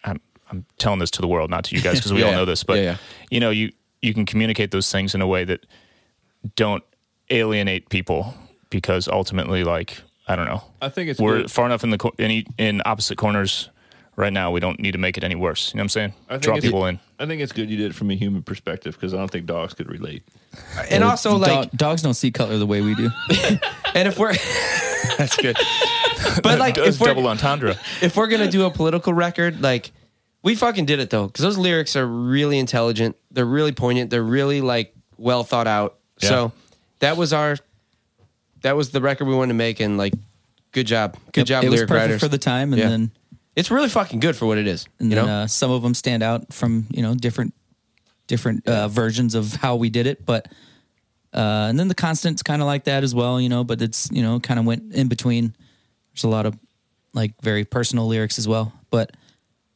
I'm, I'm telling this to the world, not to you guys, because we all Yeah. know this. But Yeah, yeah. you know, you you can communicate those things in a way that don't alienate people, because ultimately, like I don't know, I think it's we're good. far enough in the co- in, e- in opposite corners right now. We don't need to make it any worse. You know what I'm saying? I think Draw it's- people in. I think it's good you did it from a human perspective because I don't think dogs could relate. And also Dog- like dogs Oh, don't see color the way we do. and if we're That's good. but like That's if we're double entendre. if we're gonna do a political record, like we fucking did it though, because those lyrics are really intelligent. They're really poignant. They're really like well thought out. Yeah. So that was our that was the record we wanted to make, and like good job, good job, it was lyric perfect writers. for the time, and Yeah. then it's really fucking good for what it is. and you know, then uh, some of them stand out from you know different different uh, versions of how we did it, but. Uh, and then the constant's kind of like that as well, you know. But it's you know kind of went in between. There's a lot of like very personal lyrics as well, but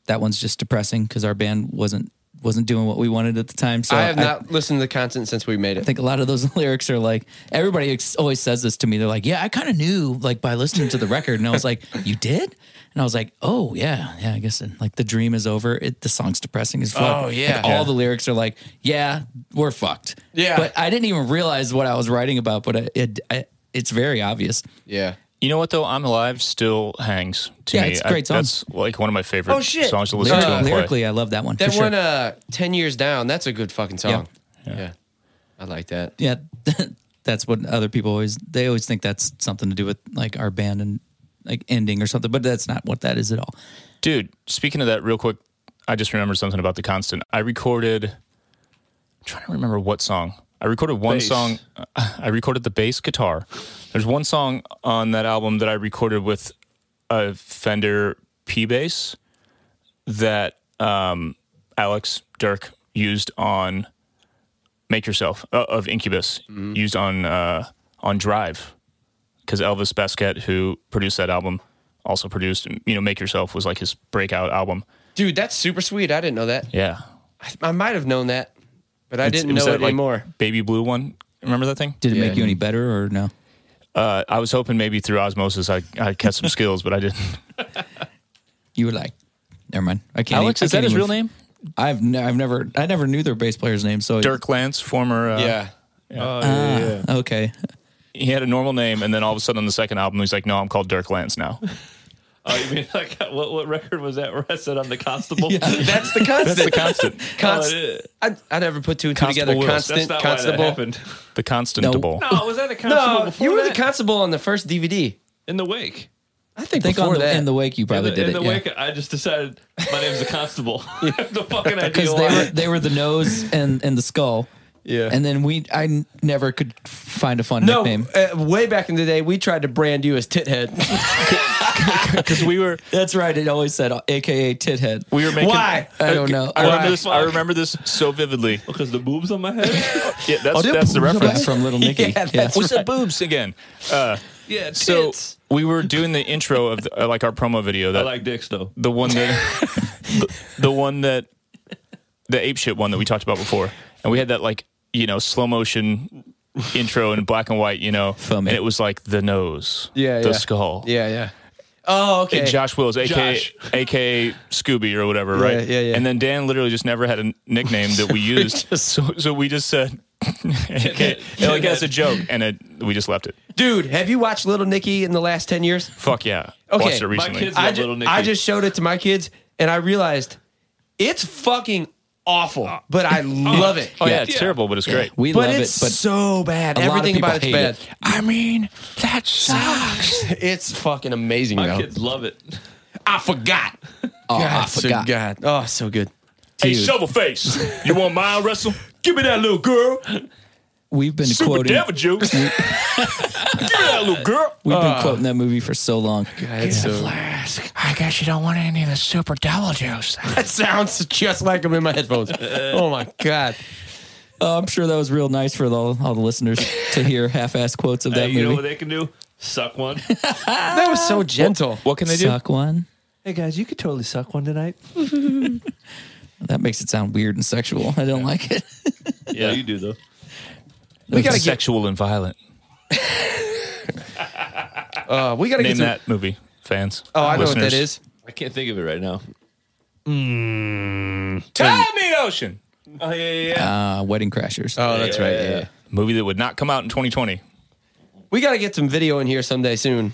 that one's just depressing because our band wasn't wasn't doing what we wanted at the time. So I have not listened to the content since we made I it. think a lot of those lyrics are like everybody ex- always says this to me. They're like, "Yeah, I kind of knew like by listening to the record," and I was like, "You did?" And I was like, "Oh yeah, yeah, I guess." And like the dream is over. It, the song's depressing as fuck. Oh, yeah. Like, all Yeah. the lyrics are like, "Yeah, we're fucked." Yeah. but I didn't even realize what I was writing about. But it, it I, it's very obvious. Yeah. You know what though? I'm alive still hangs to Yeah, me. it's a great I, song. That's like one of my favorite Oh, shit. songs to listen Lyric- to. And play. lyrically, I love that one. That for sure. one, uh, 10 Years Down, that's a good fucking song. Yeah. I like that. yeah, that's what other people always they always think that's something to do with like our band and like ending or something. But that's not what that is at all. Dude, speaking of that, real quick, I just remembered something about the constant. I recorded. I'm trying to remember what song. I recorded one Bass. song. I recorded the bass guitar. There's one song on that album that I recorded with a Fender P bass that um, Alex Dirk used on "Make Yourself" uh, of Incubus, used on uh, on Drive because Elvis Basquet, who produced that album, also produced you know "Make Yourself" was like his breakout album. Dude, that's super sweet. I didn't know that. Yeah, I, I might have known that, but I didn't know was it that, like, anymore. Baby blue one. Remember that thing? Did it Yeah. make you any better or no? Uh, I was hoping maybe through osmosis I I catch some skills, but I didn't. You were like, never mind. I can't. Alex, e- I is that can't his even- real name? I've ne- I've never I never knew their bass player's name. So Dirk Lance, former. Uh, yeah. Oh, yeah, yeah, yeah. Okay, he had a normal name, and then all of a sudden on the second album, he's like, "No, I'm called Dirk Lance now." Oh, you mean like what, what record was that where I said I'm the constable? That's the constant. That's the constant, Const- Oh, it is. I, I never put two and two Constable together. Wills. That's Constant, not why that constable. happened. the constantable. No, Oh, was that a constable No, before you were the that? constable on the first DVD. in the wake. I think, I think before on the, that. in the wake you probably in the, did in it. the wake, I just decided my name's the constable. I have no fucking idea Because why. they were they were the nose and and the skull. Yeah. And then we I n- never could find a fun no, nickname. uh, way back in the day, we tried to brand you as Tithead. Because we were That's right. It always said AKA Tithead. we were making. Why? I don't know. I remember Why? this. I remember this so vividly. because the boobs on my head. Yeah, that's that's the Right reference. from Little Nicky. Yeah, Yeah. that's What's the boobs again? Uh, yeah, tits. so we were doing the intro of the, uh, like our promo video. I That like dicks though. the one that the, the one that the ape shit one that we talked about before and we had that like you know slow motion intro in black and white you know Foamy. and it was like the nose Yeah, the yeah. skull yeah, yeah. Oh, okay. And Josh Wills, aka Josh. aka Scooby or whatever, right? yeah, yeah. And then Dan literally just never had a nickname that we used, so so we just said, AKA, like as a joke, and it, we just left it. Dude, have you watched Little Nicky in the last 10 years? Fuck yeah! Okay, Watched it my recently. kids- I, love ju- Little Nicky. I just showed it to my kids and I realized it's fucking awful, Uh, but I love it. oh yeah, it's Yeah. terrible, but it's great. We But love it's it, but so bad. lot of Everything people about it's hate bad. I mean, that sucks. It's fucking amazing, My though. kids love it. I forgot. oh, I God, forgot. So, God. Oh, so good. Hey, shovel face, you want mile wrestle? Give me that little girl, We've been super quoting devil juice. Give me that little girl. we've been quoting that movie for so long. That's so- I guess you don't want any of the super devil juice. that sounds just like them in my headphones. oh my god. Oh, I'm sure that was real nice for the, all the listeners to hear half-ass quotes of Hey, that you know what movie. they can do? Suck one. That was so gentle. What can they do? Suck one. hey guys, you could totally suck one tonight. That makes it sound weird and sexual. I don't like it. Yeah, you do though. We gotta get sexual and violent. uh, we gotta Name get some, that movie, fans. Oh, I know what that is. listeners. I can't think of it right now. Tommy Ocean. Oh yeah, yeah, yeah. Uh, Wedding Crashers. Oh, that's right. Yeah. yeah. Movie that would not come out in 2020. We gotta get some video in here someday soon.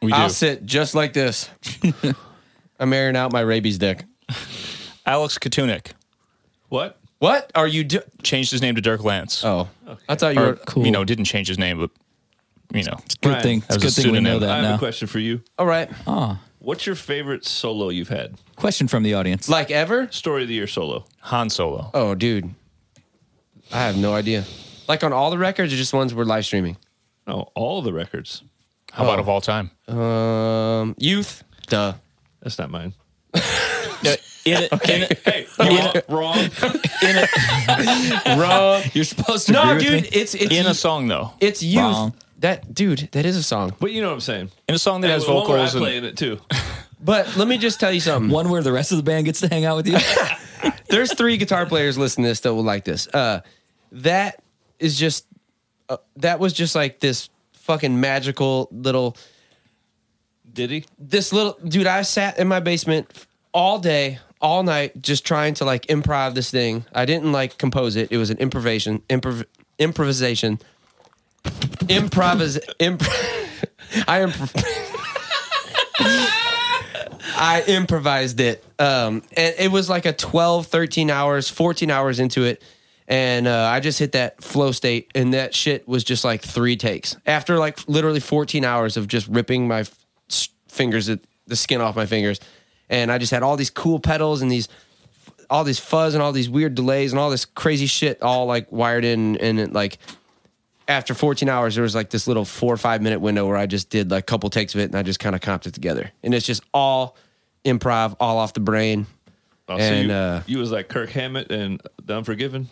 We I'll do. sit just like this. I'm airing out my rabies dick. Alex Katunik What? What are you do? changed his name to Dirk Lance. Oh, I thought you Or, were. cool. You know, didn't change his name, but you know, good Brian, thing. It's that a good was a thing we know pseudonym. I that have now. a question for you. All right. What's your favorite solo you've had? question from the audience. Like ever? Story of the year solo. Han Solo. Oh, dude. I have no idea. Like on all the records or just ones we're live streaming? No, all the records. How about of all time? Um, youth. Duh. That's not mine. in a, in a- Hey, you wrong. wrong. Wrong. You're supposed to. no, agree dude. with me. It's it's in a song though, it's youth. Wrong. That dude. That is a song. But you know what I'm saying. in a song that has Well, one where vocals I and play in it too. But let me just tell you something. One where the rest of the band gets to hang out with you. There's three guitar players listening to this that will like this. Uh, that is just uh, that was just like this fucking magical little Did he? this little dude. I sat in my basement all day, all night, just trying to like improv this thing. I didn't like compose it. It was an improvisation, improv, improvisation, improvis, imp- I improv. I improvised it. Um, and it was like a 12, 13 hours, 14 hours into it. And uh, I just hit that flow state, and that shit was just like three takes. After like literally 14 hours of just ripping my f- s- fingers, at- the skin off my fingers. And I just had all these cool pedals and these, all these fuzz and all these weird delays and all this crazy shit all like wired in. And it, like after 14 hours, there was like this little four or five minute window where I just did like a couple takes of it and I just kind of comped it together. And it's just all improv, all off the brain. Oh, And, so you, uh, you was like Kirk Hammett and The Unforgiven.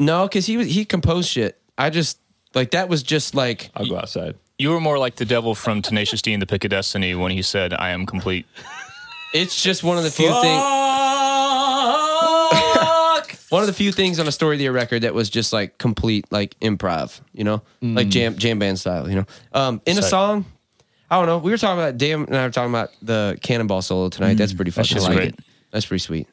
No, because he was he composed shit. I just like that was just like I'll go outside. You were more like the devil from Tenacious D and the Pick of Destiny when he said, "I am complete." it's just one of the few things. one of the few things on a story of the Year record that was just like complete like improv, you know, like Mm. jam jam band style, you know. Um, in a Sick. song, I don't know. We were talking about damn, and I were talking about the Cannonball solo tonight. Mm. That's pretty fucking shit's like great. it. That's pretty sweet.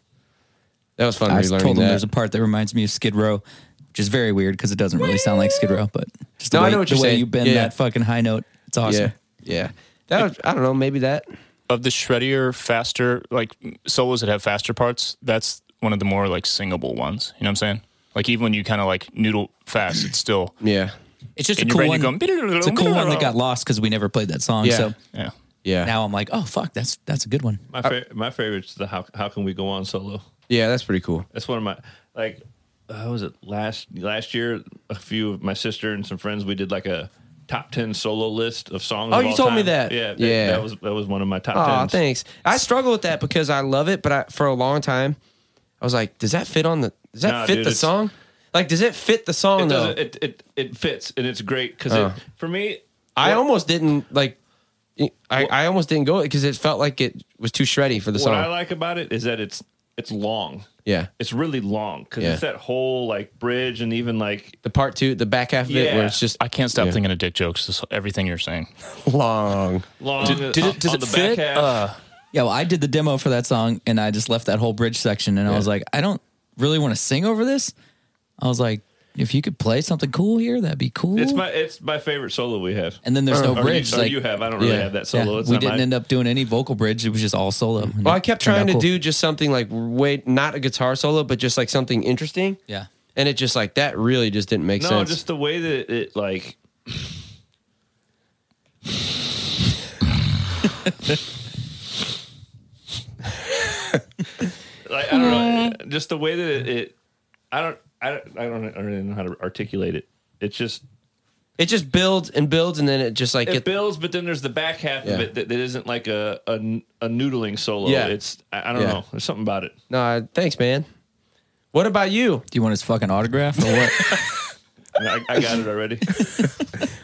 That was fun. I relearning told him that. there's a part that reminds me of Skid Row, which is very weird because it doesn't really sound like Skid Row, but just the No, I way, know what the you're way saying. you bend Yeah. that fucking high note. It's awesome. Yeah, yeah. That was, I don't know. Maybe that. Of the shreddier, faster like solos that have faster parts, that's one of the more like singable ones. You know what I'm saying? Like even when you kind of like noodle fast, it's still Yeah, It's just In a your cool brain one. you go, it's a cool one that got lost because we never played that song. Yeah. So yeah. yeah. now I'm like, oh fuck, that's that's a good one. My fa- my favorite is the how how can we go on solo. yeah, that's pretty cool. That's one of my like. Uh, was it last last year? A few of my sister and some friends we did like a top ten solo list of songs. Oh, of you all told me time. that. Yeah, that, Yeah. That was that was one of my top. Oh, tens. thanks. I struggle with that because I love it, but I, for a long time, I was like, does that fit on the? Does that Nah, fit dude, the it's- song? Like, does it fit the song It, though? doesn't, it it it fits and it's great because Oh, Uh. for me, I almost didn't like. I, I almost didn't go because it felt like it was too shreddy for the what song. I like about it is that it's it's long. yeah, It's really long because Yeah. it's that whole like bridge and even like the part two, the back half of it, where Yeah. it's just I can't stop Yeah. thinking of dick jokes. This, everything you're saying. long. long. Did- did it- does on it the back fit? half. Uh, Yeah, well, I did the demo for that song and I just left that whole bridge section and I was like, I don't really want to sing over this. I was like, if you could play something cool here, that'd be cool. it's my it's my favorite solo we have. and then there's no Or bridge. You, or like, you have. I don't really yeah, have that yeah, solo. it's we not didn't mine. end up doing any vocal bridge. It was just all solo. Well, I kept Turned out trying to cool. do just something like way not a guitar solo, but just like something interesting. Yeah. and it just like that really just didn't make No, sense. just the way that it like. like I don't know, just the way that it. it I don't. I don't. I don't really know how to articulate it. It's just it just builds and builds, and then it just like it get, builds, but then there's the back half Yeah. of it that, that isn't like a, a a noodling solo. Yeah. It's I, I don't Yeah. know. There's something about it. no. I- Thanks, man. What about you? Do you want his fucking autograph or what? I, I got it already.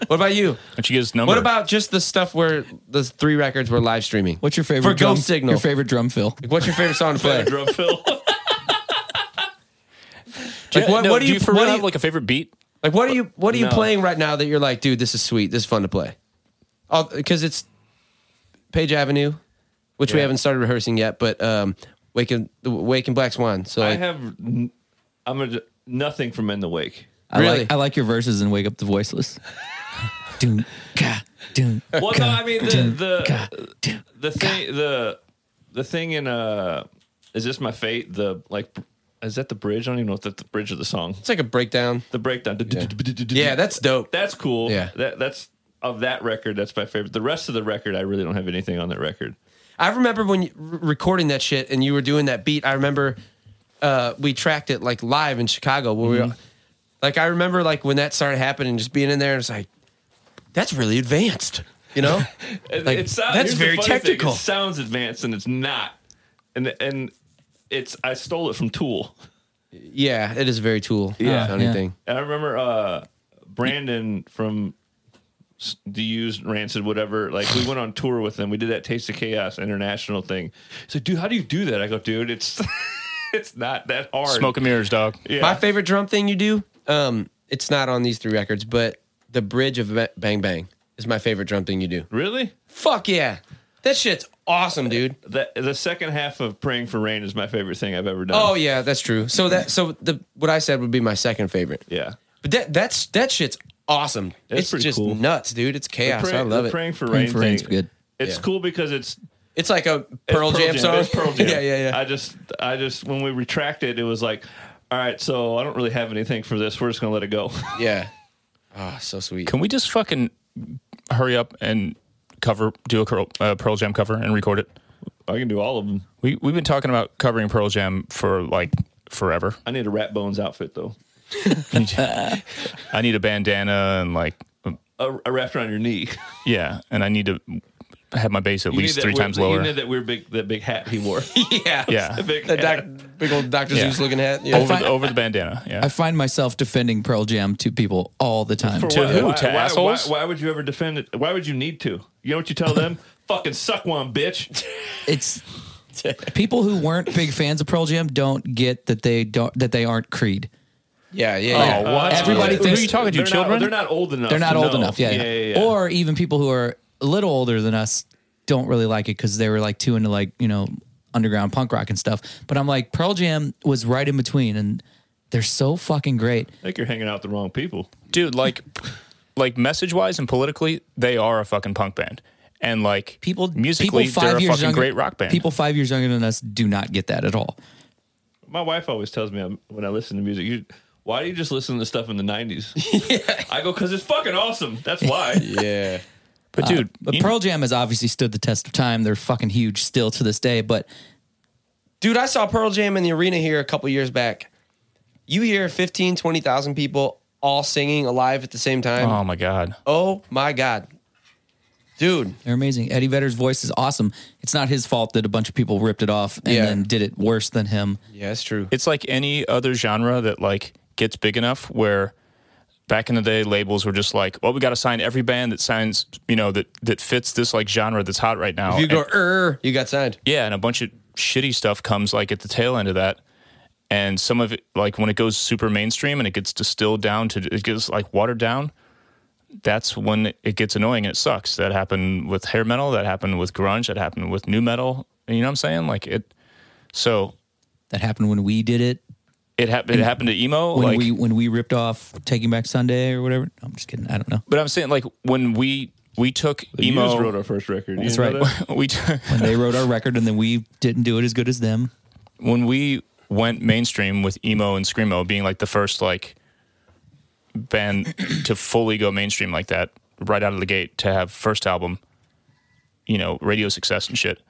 What about you? don't you get his number? What about just the stuff where the three records were live streaming? What's your favorite For drum, Ghost Signal. Your favorite drum fill? What's your favorite song to play? Drum fill. Like what, No, what do you, for what do real you- have like a favorite beat? like what are you what are you No. playing right now that you're like, dude, this is sweet, this is fun to play? Because it's Page Avenue, which we Yeah. haven't started rehearsing yet, but um, Wake and the Wake and Black Swan. So I like, have. n- I'm a, nothing from In the Wake. I Really? like I like your verses and wake up the voiceless. doom, ka, doom, Well, no, ka, I mean doom, the ka, doom. the, the thing the the thing in uh is this my fate the like is that the bridge? I don't even know if that's the bridge of the song. it's like a breakdown. The breakdown. Yeah, that's dope. that's cool. Yeah. that that's of that record. That's my favorite. The rest of the record, I really don't have anything on that record. I remember when you, r- recording that shit and you were doing that beat. I remember uh, we tracked it like live in Chicago where Mm-hmm. we, like, I remember like when that started happening, just being in there and it's like, that's really advanced, you know? It, Like, it sounds, that's here's the very funny thing. technical. It sounds advanced and it's not. And and it's I stole it from Tool. yeah, it is very tool. Yeah. sounding Yeah. thing. I remember uh, Brandon from S- the used rancid whatever like we went on tour with them we did that taste of chaos international thing he's like dude how do you do that i go dude it's it's not that hard. Smoke and mirrors, dog. Yeah. My favorite drum thing you do, um, it's not on these three records, but the bridge of Ba- Bang Bang is my favorite drum thing you do. really? Fuck yeah. That shit's awesome, dude. The, the second half of Praying for Rain is my favorite thing I've ever done. Oh yeah, that's true. So that so the what I said would be my second favorite. yeah. But that that's that shit's awesome. That's it's pretty just cool. nuts, dude. It's chaos. Pray- I love the it. Praying for Praying Rain for thing, Rain's good. It's Yeah. cool because it's It's like a Pearl, It's Jam song. It's Pearl Jam. yeah, yeah, yeah. I just, I just, when we retracted, it was like, all right, so I don't really have anything for this. We're just gonna let it go. yeah. Ah, so sweet. Can we just fucking hurry up and cover, do a Pearl, uh, Pearl Jam cover and record it? I can do all of them. We we've been talking about covering Pearl Jam for like forever. I need a Rat Bones outfit though, I need a bandana and like a, a wrapped around your knee. yeah, and I need to have my bass at You need least that three weird- times lower. You need that weird big, that big hat he wore. yeah. yeah, The big The hat. doc, big old Dr. Yeah. Zeus looking hat. Yeah. over find- the, over the bandana. Yeah, I find myself defending Pearl Jam to people all the time. For To what? who? Why, To why, assholes? Why, why would you ever defend it? Why would you need to? You know what you tell them? Fucking suck one, bitch. It's people who weren't big fans of Pearl Jam don't get that they don't that they aren't Creed. yeah, yeah, yeah. Oh, what? Everybody Who thinks- are you talking to? Uh, They're not- children? they're not old enough. They're not to old know. enough. Yeah, yeah, yeah. Or even people who are a little older than us don't really like it because they were like too into like, you know, underground punk rock and stuff. But I'm like, Pearl Jam was right in between and they're so fucking great. I think you're hanging out with the wrong people. dude. Like, like message wise and politically, they are a fucking punk band. And like People musically, people they're a fucking younger, great rock band. People five years younger than us do not get that at all. My wife always tells me I'm- when I listen to music, you, why do you just listen to stuff in the 90s? I go, because it's fucking awesome. That's why. Yeah. but dude, uh, But you- Pearl Jam has obviously stood the test of time. They're fucking huge still to this day. But Dude, I saw Pearl Jam in the arena here a couple years back. You hear 15, 20,000 people all singing alive at the same time. oh my god, Oh my God. Dude, They're amazing. Eddie Vedder's voice is awesome. It's not his fault that a bunch of people ripped it off and Yeah. then did it worse than him. yeah, it's true. it's like any other genre that like gets big enough where back in the day labels were just like well we got to sign every band that signs you know that that fits this like genre that's hot right now If you go, And- er, you got signed. yeah and a bunch of shitty stuff comes like at the tail end of that and some of it like when it goes super mainstream and it gets distilled down to it gets like watered down that's when it gets annoying and it sucks that happened with hair metal that happened with grunge that happened with new metal you know what i'm saying like it so That happened when we did it. it happened it happened to emo When like we when we ripped off Taking Back Sunday or whatever. No, I'm just kidding. I don't know. But I'm saying like when we we took You just emo, wrote our first record. You That's didn't right. know that? we t- When they wrote our record and then we didn't do it as good as them. when we went mainstream with emo and screamo being like the first like band to fully go mainstream like that right out of the gate to have first album, you know, radio success and shit.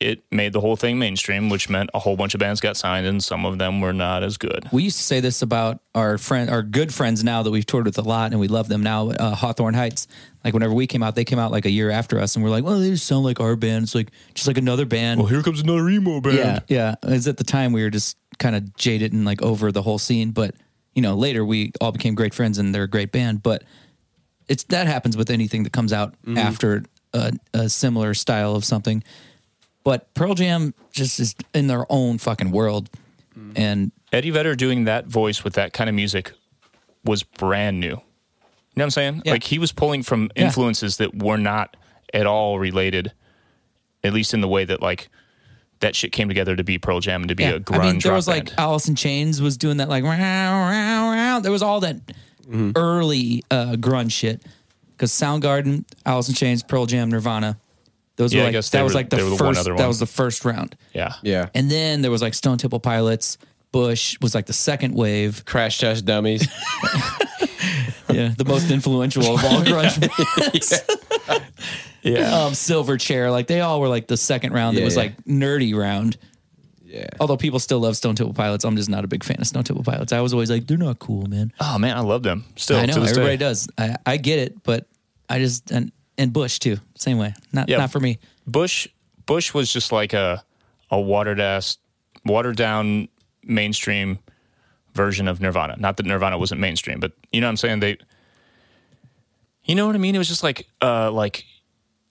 It made the whole thing mainstream, which meant a whole bunch of bands got signed and some of them were not as good. We used to say this about our friend, our good friends now that we've toured with a lot and we love them now. Uh, Hawthorne Heights. Like whenever we came out, they came out like a year after us, and we're like, well, they just sound like our band. It's like just like another band. here comes another emo band. Yeah, yeah. It's at the time we were just kind of jaded and like over the whole scene, but you know, later we all became great friends and they're a great band. But it's that happens with anything that comes out after a, a similar style of something. But Pearl Jam just is in their own fucking world, and Eddie Vedder doing that voice with that kind of music was brand new. You know what I'm saying? Yeah. Like he was pulling from Yeah. influences that were not at all related, at least in the way that like that shit came together to be Pearl Jam and to be yeah. a grunge I mean, there rock was like uh, band. Alice in Chains was doing that like row, row, row. there was all that Mm-hmm. early uh, grunge shit because Soundgarden, Alice in Chains, Pearl Jam, Nirvana. Those Yeah, I were like guess that they was were- like the they were the one first other that one. was the first round. yeah, Yeah. And then there was like Stone Temple Pilots, Bush was like the second wave. Crash test dummies. Yeah, the most influential of all grunge bands. yeah. um, Silverchair, like they all were like the second round that Yeah, was yeah. like nerdy round. yeah. Although people still love Stone Temple Pilots, I'm just not a big fan of Stone Temple Pilots. I was always like, they're not cool, man. Oh man, I love them still. I to know this everybody day. does. I, I get it, but I just and and Bush too, same way. Not Yeah. not for me. Bush Bush was just like a a watered ass watered down mainstream version of Nirvana. Not that Nirvana wasn't mainstream, but you know what I'm saying? They You know what I mean? It was just like uh like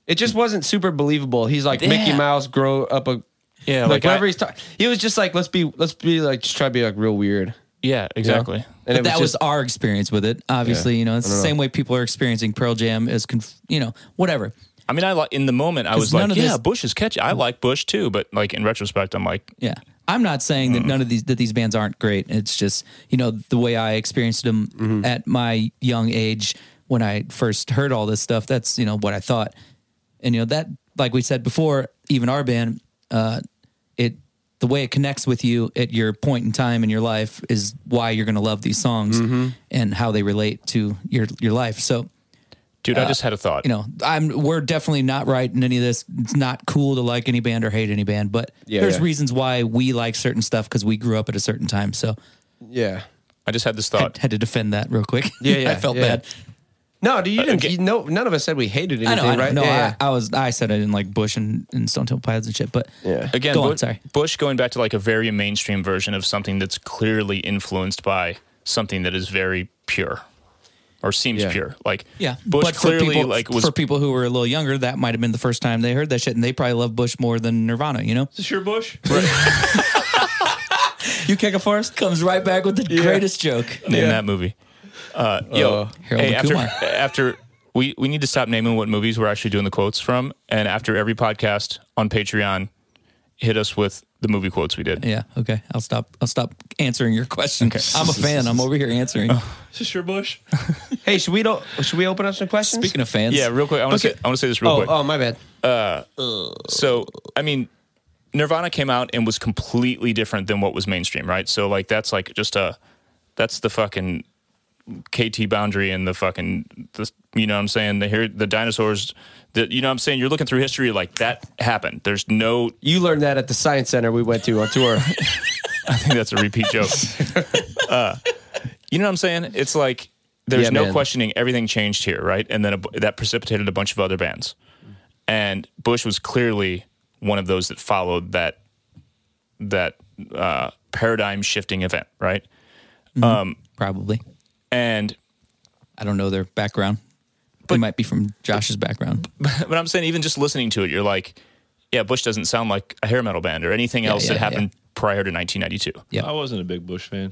It just wasn't super believable. He's like Yeah. Mickey Mouse grow up a Yeah, like, like I- whenever he's talking, he was just like, let's be, let's be like, just try to be like real weird. Yeah, exactly. And but that was just- our experience with it. Obviously, Yeah. you know, it's I the don't same know. way people are experiencing Pearl Jam as, conf- you know, whatever. I mean, I like in the moment I 'Cause was none like, of yeah, this- Bush is catchy. I like Bush too, but like in retrospect, I'm like, Yeah. I'm not saying that none of these that these bands aren't great. It's just, you know, the way I experienced them at my young age when I first heard all this stuff, that's, you know, what I thought. And you know, that like we said before, even our band, uh it the way it connects with you at your point in time in your life is why you're going to love these songs and how they relate to your your life. So, dude, I just had a thought. Uh, you know, I'm we're definitely not right in any of this. It's not cool to like any band or hate any band, but Yeah, there's yeah. reasons why we like certain stuff because we grew up at a certain time. So yeah. I just had this I thought. had to defend that real quick. Uh, Yeah, yeah, I felt yeah. bad. No, dude, you didn't. Uh, okay. you- no, none of us said we hated anything, I know, I know. right? No, yeah. I, I was. I said I didn't like Bush and, and Stone Temple Pilots and shit. But Yeah. Again, Go on, Bu- sorry. Bush going back to like a very mainstream version of something that's clearly influenced by something that is very pure or seems Yeah. pure. Like, Yeah, Bush but clearly for people, like was for people who were a little younger, that might have been the first time they heard that shit, and they probably love Bush more than Nirvana. You know, Is this your bush? you kick a forest comes right back with the greatest joke. name that movie. Uh, yo, Harold hey, and after, Kumar. after we, we need to stop naming what movies we're actually doing the quotes from. And after every podcast on Patreon, hit us with the movie quotes we did. Yeah. Okay. I'll stop. I'll stop answering your question. I'm a fan. I'm over here answering. Is this your bush? hey, should we don't? Should we open up some questions? Speaking of fans, Yeah, real quick. I want to Okay. say I want to say this real oh, quick. oh, my bad. So, I mean, Nirvana came out and was completely different than what was mainstream, right? So, like, that's like just a that's the fucking KT boundary and the fucking the, you know what I'm saying the here the dinosaurs. The, you know what I'm saying? You're looking through history like that happened. There's no. You learned that at the science center we went to on tour. I think that's a repeat joke. Uh, you know what I'm saying? It's like there's Yeah, no man. questioning. Everything changed here, right? And then a, bu- that precipitated a bunch of other bands. And Bush was clearly one of those that followed that that uh, paradigm shifting event, right? probably. And I don't know their background. they might be from Josh's background. but I'm saying even just listening to it, you're like, yeah, Bush doesn't sound like a hair metal band or anything else that yeah, yeah. happened prior to 1992. Yeah. I wasn't a big Bush fan.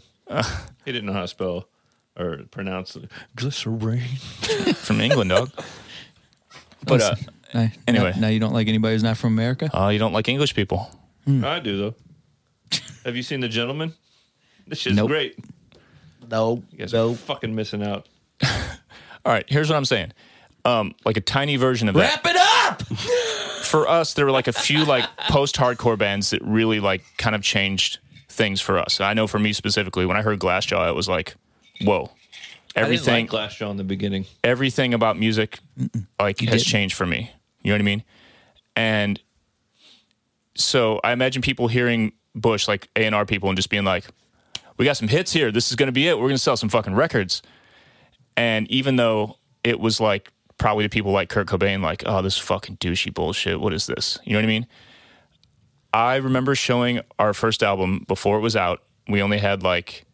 he didn't know how to spell or pronounce it. glycerine. From England, dog. But uh, I- anyway. now, now you don't like anybody who's not from America. uh, you don't like English people. Hmm. I do though. Have you seen the gentleman? This shit's Nope. great. no, You guys are no. fucking missing out. All right, here's what I'm saying. Um, like a tiny version of that. Wrap it up. For us, there were like a few like post-hardcore bands that really like kind of changed things for us. I know for me specifically, when I heard Glassjaw, it was like, whoa, everything, I didn't like Glassjaw in the beginning. everything about music like has didn't. changed for me. You know what I mean? And so I imagine people hearing Bush, like A and R people, and just being like, "We got some hits here. This is going to be it. We're going to sell some fucking records." And even though it was like probably to people like Kurt Cobain, like, "Oh, this fucking douchey bullshit. What is this?" You know what I mean? I remember showing our first album before it was out. We only had like,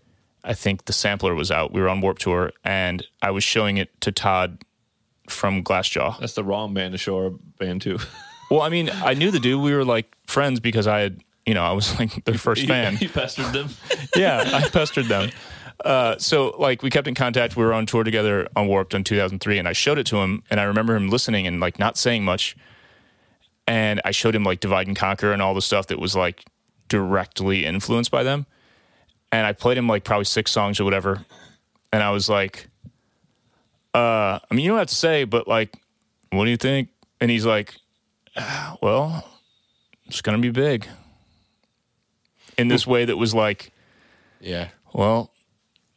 I think the sampler was out. We were on Warp Tour, and I was showing it to Todd from Glassjaw. That's the wrong band to show our band to. Well, I mean, I knew the dude. We were like friends because I had, you know, I was like their first fan. he pestered them. yeah, I pestered them. Uh, so like we kept in contact. We were on tour together on Warped in 2003, and I showed it to him, and I remember him listening and like not saying much. And I showed him like Divide and Conquer and all the stuff that was like directly influenced by them. And I played him like probably six songs or whatever, and I was like, uh, I mean, you don't have to say, but like, what do you think? And he's like, "Ah, well, it's gonna be big. In this way that was like Yeah, well,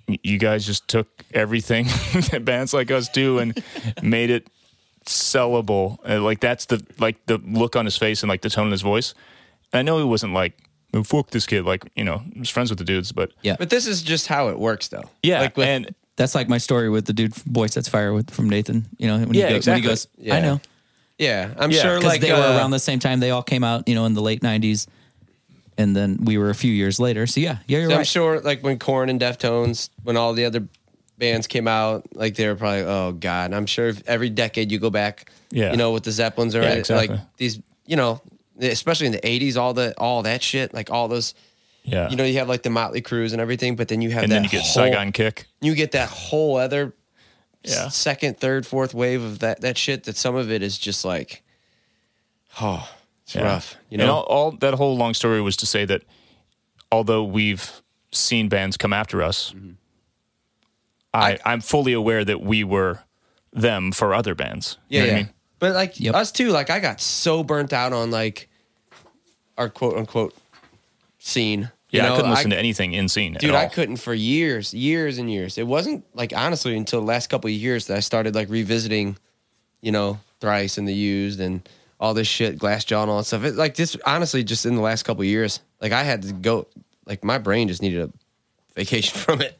y- you guys just took everything that bands like us do and made it sellable. And, like that's the like the look on his face and like the tone in his voice. And I know he wasn't like "Oh, fuck this kid, like you know, he was friends with the dudes, but Yeah. but this is just how it works, though. yeah, like, with- and That's like my story with the dude from Boy Sets Fire with from Nathan. You know, when Yeah, he, go- exactly. when he goes, Yeah. I know. yeah, I'm Yeah, sure Because like they were uh, around the same time. They all came out, you know, in the late 90s. And then we were a few years later. So yeah, yeah, you're I'm right. sure like when Korn and Deftones, when all the other bands came out, like they were probably oh god. And I'm sure if every decade you go back, Yeah. you know, with the Zeppelins or Yeah, exactly. like these, you know, especially in the '80s, all the all that shit, like all those. Yeah. You know, you have like the Motley Crues and everything, but then you have and that then you get whole, Saigon Kick. You get that whole other s- Yeah. second, third, fourth wave of that that shit. That some of it is just like, oh, it's Yeah. rough. You and know, all, all that whole long story was to say that although we've seen bands come after us, Mm-hmm. I, I am fully aware that we were them for other bands. You yeah, know yeah. what I mean? But like Yep. us too, like I got so burnt out on like our quote unquote scene. you Yeah, know, I couldn't listen to anything in scene. dude at all. i couldn't for years years and years it wasn't like honestly until the last couple of years that i started like revisiting you know thrice and the used and all this shit glass jaw and all that stuff it, like this honestly just in the last couple of years like i had to go like my brain just needed a vacation from it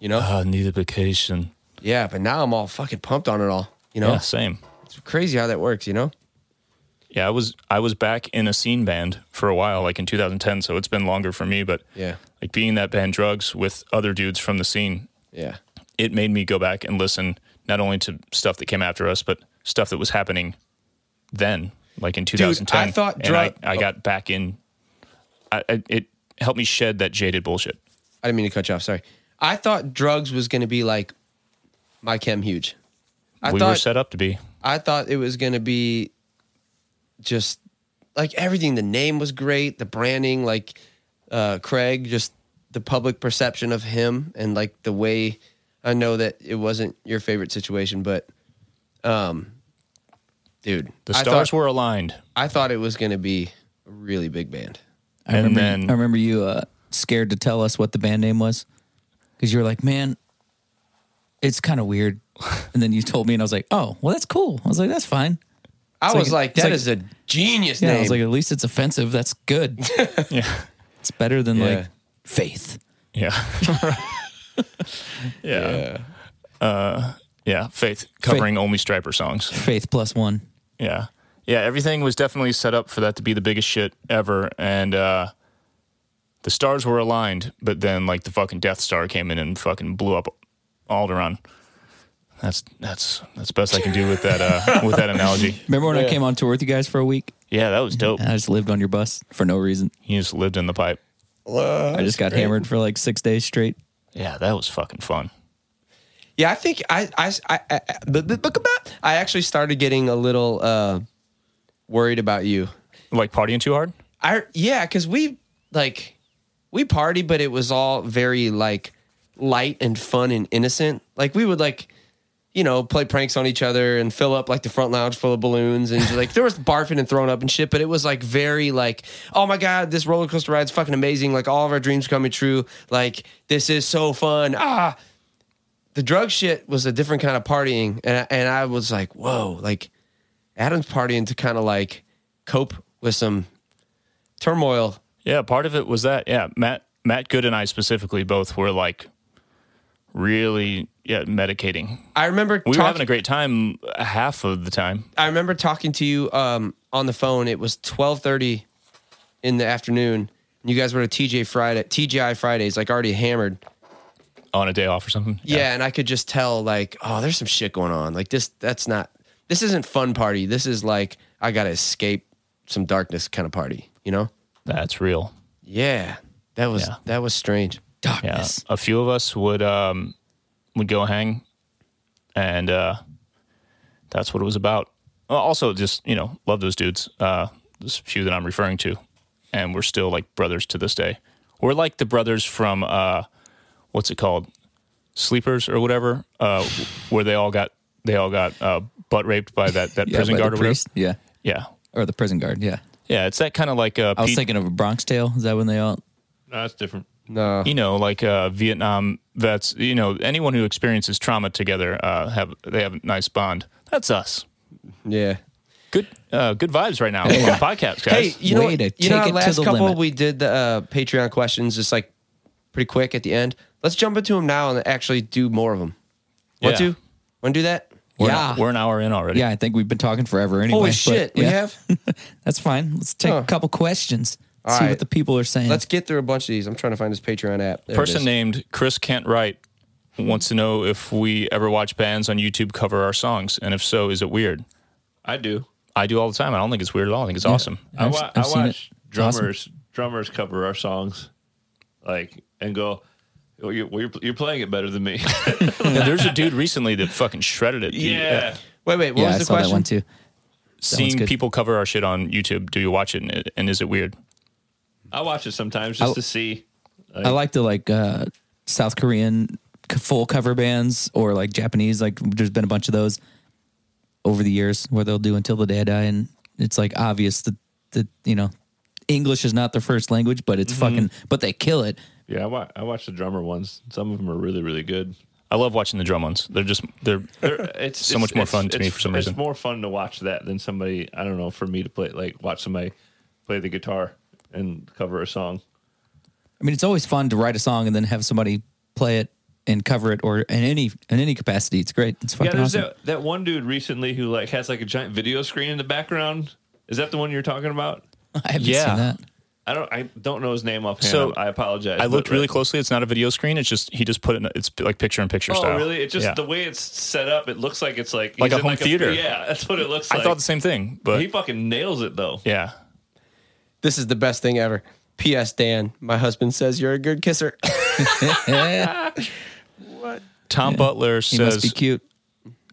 you know Uh, need a vacation. yeah but now i'm all fucking pumped on it all you know Yeah, same. it's crazy how that works you know Yeah, I was I was back in a scene band for a while, like in 2010. So it's been longer for me, but Yeah. like being in that band drugs with other dudes from the scene, yeah it made me go back and listen not only to stuff that came after us, but stuff that was happening then, like in 2010. I thought And drug- I, I got back in. I, I, it helped me shed that jaded bullshit. i didn't mean to cut you off sorry i thought drugs was gonna be like my chem huge I we were thought- set up to be. I thought it was going to be just like everything. The name was great, the branding, like uh, Craig, just the public perception of him, and like the way I know that it wasn't your favorite situation, but um, dude, The stars I thought, were aligned. I thought it was going to be a really big band. I And remember, then- I remember you uh, scared to tell us what the band name was because you were like, "Man, it's kind of weird." And then you told me, and I was like, "Oh, well, that's cool." I was like, "That's fine." I It's was like, like- it's that like- is a genius Yeah, name. I was like, "At least it's offensive. That's good. yeah. It's better than Yeah. like faith." Yeah. yeah. Yeah. Uh, yeah. Faith covering only Striper songs. Faith plus one. Yeah. Yeah, everything was definitely set up for that to be the biggest shit ever and uh the stars were aligned, but then like the fucking Death Star came in and fucking blew up Alderaan. That's that's that's the best I can do with that uh with that analogy. Remember when I came on tour with you guys for a week? Yeah, that was dope. And I just lived on your bus for no reason. He just lived in the pipe. I just got hammered for like six days straight. Yeah, that was fucking fun. Yeah, I think I I I, I, but- but- but- but I actually started getting a little uh, worried about you. Like partying too hard? I yeah, because we like we party, but it was all very like light and fun and innocent. Like we would like you know play pranks on each other and fill up like the front lounge full of balloons and like there was barfing and throwing up and shit. But it was like very like oh my god, this roller coaster ride's fucking amazing. Like all of our dreams coming true. Like this is so fun. Ah, the drug shit was a different kind of partying, and I, and I was like whoa, like Adam's partying to kind of like cope with some turmoil. Yeah, part of it was that. Yeah, Matt Matt Good and I specifically both were like really yeah, medicating I remember We were talking, having a great time uh, half of the time. I remember talking to you um, on the phone. It was twelve thirty in the afternoon. And you guys were at TJ Friday, TGI Fridays, like already hammered. On a day off or something. Yeah. and I could just tell, like, oh, there's some shit going on. Like this, that's not. This isn't fun party. This is like I gotta escape some darkness kind of party. You know? That's real. Yeah, that was Yeah. that was strange. Yeah. Darkness. A few of us would um would go hang and uh that's what it was about. Well, also just, you know, love those dudes. Uh there's a few that I'm referring to. And we're still like brothers to this day. We're like the brothers from uh what's it called? Sleepers or whatever, uh where they all got they all got uh butt raped by that, that prison by guard or the whatever. priest. Yeah. Yeah. Or the prison guard. Yeah. Yeah, it's that kind of like uh I was Pete- thinking of a Bronx Tale. Is that when they all? No, that's different. No, you know, like uh, Vietnam vets, you know, anyone who experiences trauma together uh, have they have a nice bond. That's us. yeah. Good, uh, good vibes right now on the podcast, Hey, guys. you know, Way what- to you know, take how it to last the couple limit. we did the uh, Patreon questions, just like pretty quick at the end. Let's jump into them now and actually do more of them. Want Yeah. to? Want to do that? we're, yeah. an, we're an hour in already. Yeah, I think we've been talking forever anyway. Holy but shit, we yeah. have. That's fine. Let's take Huh. a couple questions. All see right. what the people are saying. Let's get through a bunch of these. I'm trying to find this Patreon app. There it Person is. named Chris Kent Wright wants to know if we ever watch bands on YouTube cover our songs, and if so, is it weird? I do. I do all the time. I don't think it's weird at all. I think it's awesome. I, I've- wa- I've I seen it. watch It's awesome. drummers drummers cover our songs, like and go, well, you're, well, you're, you're playing it better than me. Now, there's a dude recently that fucking shredded it. dude. yeah, Wait, wait. What yeah, was I the saw question? that one too. Seeing good. people cover our shit on YouTube, do you watch it and, and is it weird? I watch it sometimes just I- to see. I like the like uh, South Korean c- full cover bands or like Japanese. Like there's been a bunch of those over the years where they'll do until the day I die, and it's like obvious that that you know English is not their first language, but Mm-hmm. it's fucking but they kill it. Yeah, I, wa- I watch the drummer ones. Some of them are really really good. I love watching the drum ones. They're just they're They're- It's So it's- much more it's- fun to me it's- for some reason. It's more fun to watch that than somebody. I don't know. For me to play, like watch somebody play the guitar and cover a song. I mean, it's always fun to write a song and then have somebody play it and cover it, or in any in any capacity, it's great. It's Yeah, fucking there's awesome. that, that one dude recently who like has like a giant video screen in the background. Is that the one you're talking about? I haven't Yeah. seen that. I don't I don't know his name offhand. So, I apologize. I but- looked really closely. It's not a video screen. It's just he just put it. In, it's like picture in picture Oh, style. really? It's just Yeah. the way it's set up. It looks like it's like Like he's a in, home theater. yeah, that's what it looks I like. thought the same thing, but he fucking nails it though. yeah, This is the best thing ever. P.S. Dan, my husband says you're a good kisser. Tom Butler He must be says cute.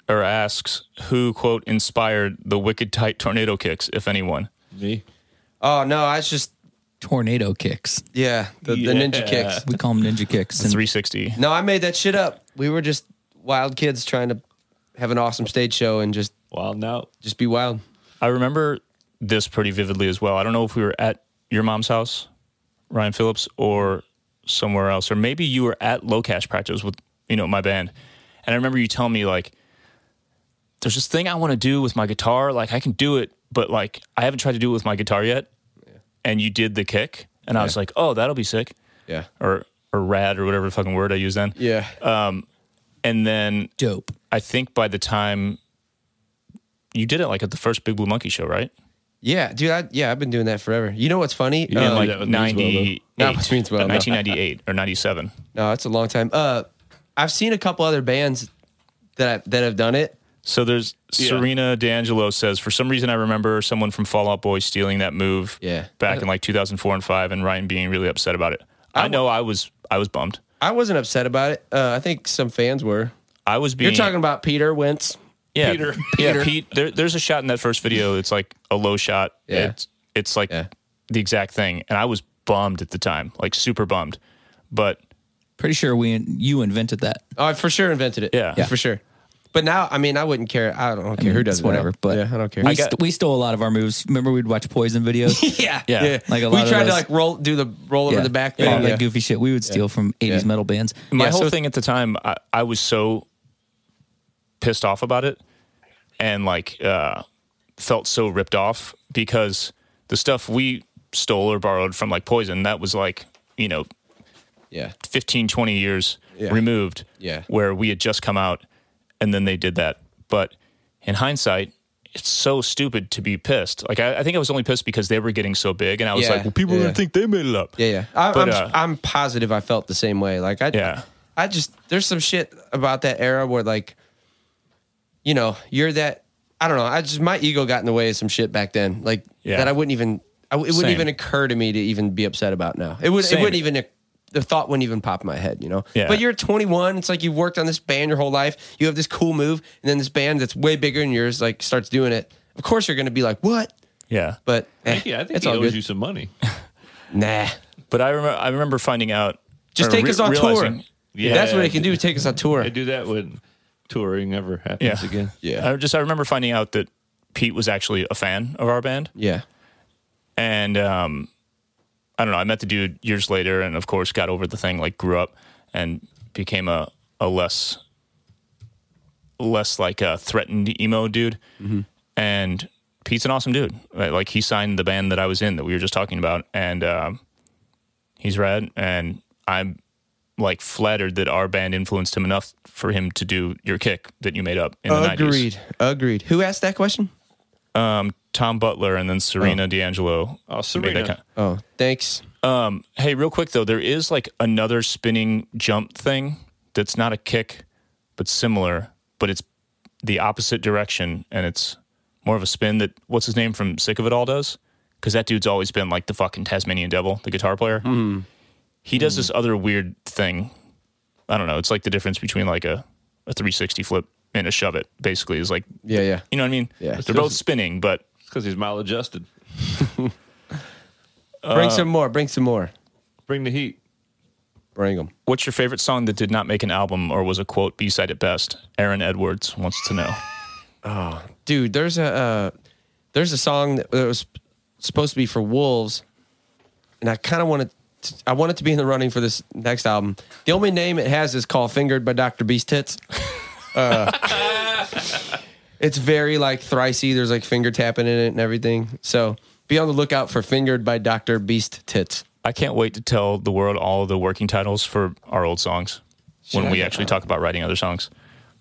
or asks who quote inspired the wicked tight tornado kicks, if anyone. Me. oh no, I was just Tornado kicks. yeah, the, the ninja Yeah. kicks. We call them ninja kicks. And 360. No, I made that shit up. We were just wild kids trying to have an awesome stage show and just Well, now just be wild. I remember this pretty vividly as well. I don't know if we were at your mom's house, Ryan Phillips, or somewhere else, or maybe you were at low cash practice with you know my band, and I remember you telling me like, "There's this thing I want to do with my guitar. Like I can do it, but like I haven't tried to do it with my guitar yet." And you did the kick, and I was like, "Oh, that'll be sick," Yeah. or or rad or whatever fucking word I used then. Yeah. And then dope. I think by the time you did it, like at the first Big Blue Monkey show, right? yeah, dude, I yeah, I've been doing that forever. You know what's funny? Yeah, Uh, in like like that with Meanswell, 98, though. Not with Meanswell, no. 1998 or 97. no, it's a long time. Uh I've seen a couple other bands that I, that have done it. So there's Yeah. Serena D'Angelo says, for some reason, I remember someone from Fall Out Boy stealing that move Yeah. back in like 2004 and five and Ryan being really upset about it. I, know I was, I was bummed. I wasn't upset about it. Uh, I think some fans were. I was being, You're talking about Peter Wentz. yeah, Peter. Yeah, Pete, there, there's a shot in that first video. It's like a low shot. Yeah. It's, it's like Yeah. the exact thing. And I was bummed at the time, like super bummed. But Pretty sure we you invented that. Oh, I for sure invented it. Yeah. Yeah. for sure. But now, I mean, I wouldn't care. I don't, I don't care mean, who it's does it now. whatever, but- yeah, I don't care. We, st- we stole a lot of our moves. Remember, we'd watch Poison videos. yeah, Yeah. Like a lot we of tried to those- like roll do the roll over the back thing. all Yeah. that goofy shit we would steal from '80s Yeah. metal bands. my Yeah, whole so- thing at the time, I, I was so pissed off about it and like uh, felt so ripped off because the stuff we stole or borrowed from like Poison, that was like, you know, yeah, 15, 20 years Yeah. removed Yeah. where we had just come out and then they did that. But in hindsight, it's so stupid to be pissed. Like, I, I think I was only pissed because they were getting so big and I was Yeah. like, well, people are Yeah. going to think they made it up. yeah, yeah. I, But, I'm uh, I'm positive I felt the same way. Like I Yeah. I just there's some shit about that era where like, you know, you're that. I don't know. I just my ego got in the way of some shit back then, like Yeah. that I wouldn't even. I, it wouldn't Same. even occur to me to even be upset about now. It would. Same. It wouldn't even. The thought wouldn't even pop in my head, you know. Yeah. But you're 21. It's like you've worked on this band your whole life. You have this cool move, and then this band that's way bigger than yours like starts doing it. Of course, you're going to be like, "What?" Yeah. But eh, Yeah, I think it's he all owes good. you some money. Nah, But I remember, I remember finding out. just or take re- us on tour. realizing- Yeah. that's what it can do. Take us on tour. I do that when touring ever happens Yeah. again. Yeah. I just I remember finding out that Pete was actually a fan of our band, Yeah. and um, I don't know. I met the dude years later, and of course got over the thing. Like grew up and became a a less less like a threatened emo dude. Mm-hmm. And Pete's an awesome dude. Like like, he signed the band that I was in that we were just talking about, and um, he's rad. And I'm like flattered that our band influenced him enough for him to do your kick that you made up in the 90s. Agreed. Agreed. Who asked that question? Tom Butler and then Serena D'Angelo. Oh, made that Serena. kind- Oh, thanks. Um, hey, real quick though, there is like another spinning jump thing that's not a kick, but similar, but it's the opposite direction and it's more of a spin that what's his name from Sick of It All does, because that dude's always been like the fucking Tasmanian Devil, the guitar player. Mm-hmm. He does this other weird thing. I don't know. It's like the difference between like a a 360 flip and a shove it. Basically, is like Yeah, yeah. you know what I mean? Yeah. they're both spinning, but It's because he's maladjusted. Uh, Bring some more. Bring some more. Bring the heat. Bring them. What's your favorite song that did not make an album or was a quote B side at best? Aaron Edwards wants to know. dude there's a uh, there's a song that was supposed to be for wolves and i kind of wanted to, i want it to be in the running for this next album the only name it has is called fingered by dr beast tits Uh, it's very like thricey there's like finger tapping in it and everything so be on the lookout for fingered by dr beast tits I can't wait to tell the world all the working titles for our old songs when we actually talk about writing other songs.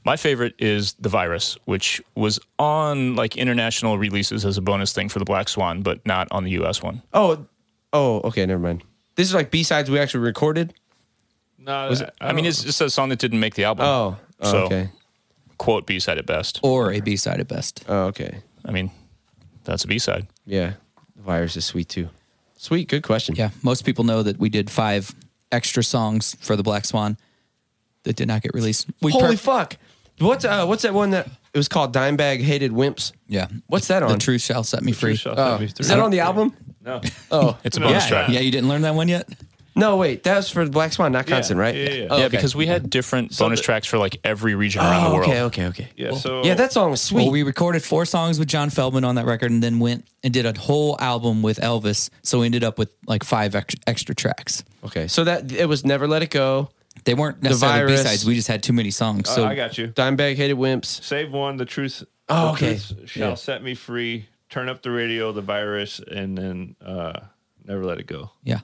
My favorite is The Virus, which was on like international releases as a bonus thing for the Black Swan, but not on the US one. oh oh okay never mind this is like b-sides we actually recorded No, I, I, mean, don't- it's just a song that didn't make the album. oh, oh, so okay quote B side at best. or a B side at best. oh okay I mean, that's a B side. yeah the virus is sweet too sweet good question Yeah, most people know that we did five extra songs for the Black Swan that did not get released. We Holy perf- fuck! What's uh, what's that one that it was called Dimebag Hated Wimps? Yeah, What's that on? The truth shall set me free. True shot. Oh, That'd be is that three. on the album? No. Oh It's a bonus track. yeah, yeah, you didn't learn that one yet. no, wait, that was for Black Swan, not Yeah, Constant, right? yeah, yeah. Oh, yeah, okay. because we had different bonus the- tracks for like every region Oh, around the world. okay, okay, okay. Yeah, so yeah, that song was sweet. Well, we recorded four songs with John Feldman on that record, and then went and did a whole album with Elvis. So we ended up with like five ex- extra tracks. okay, so that it was Never Let It Go, They weren't necessarily B Virus. Oh, sides. We just had too many songs. So I got you. Dimebag Hated Wimps. Save one. The truth. Oh, the okay. truth shall Yeah. set me free. Turn up the radio. The virus, and then uh, never let it go. yeah,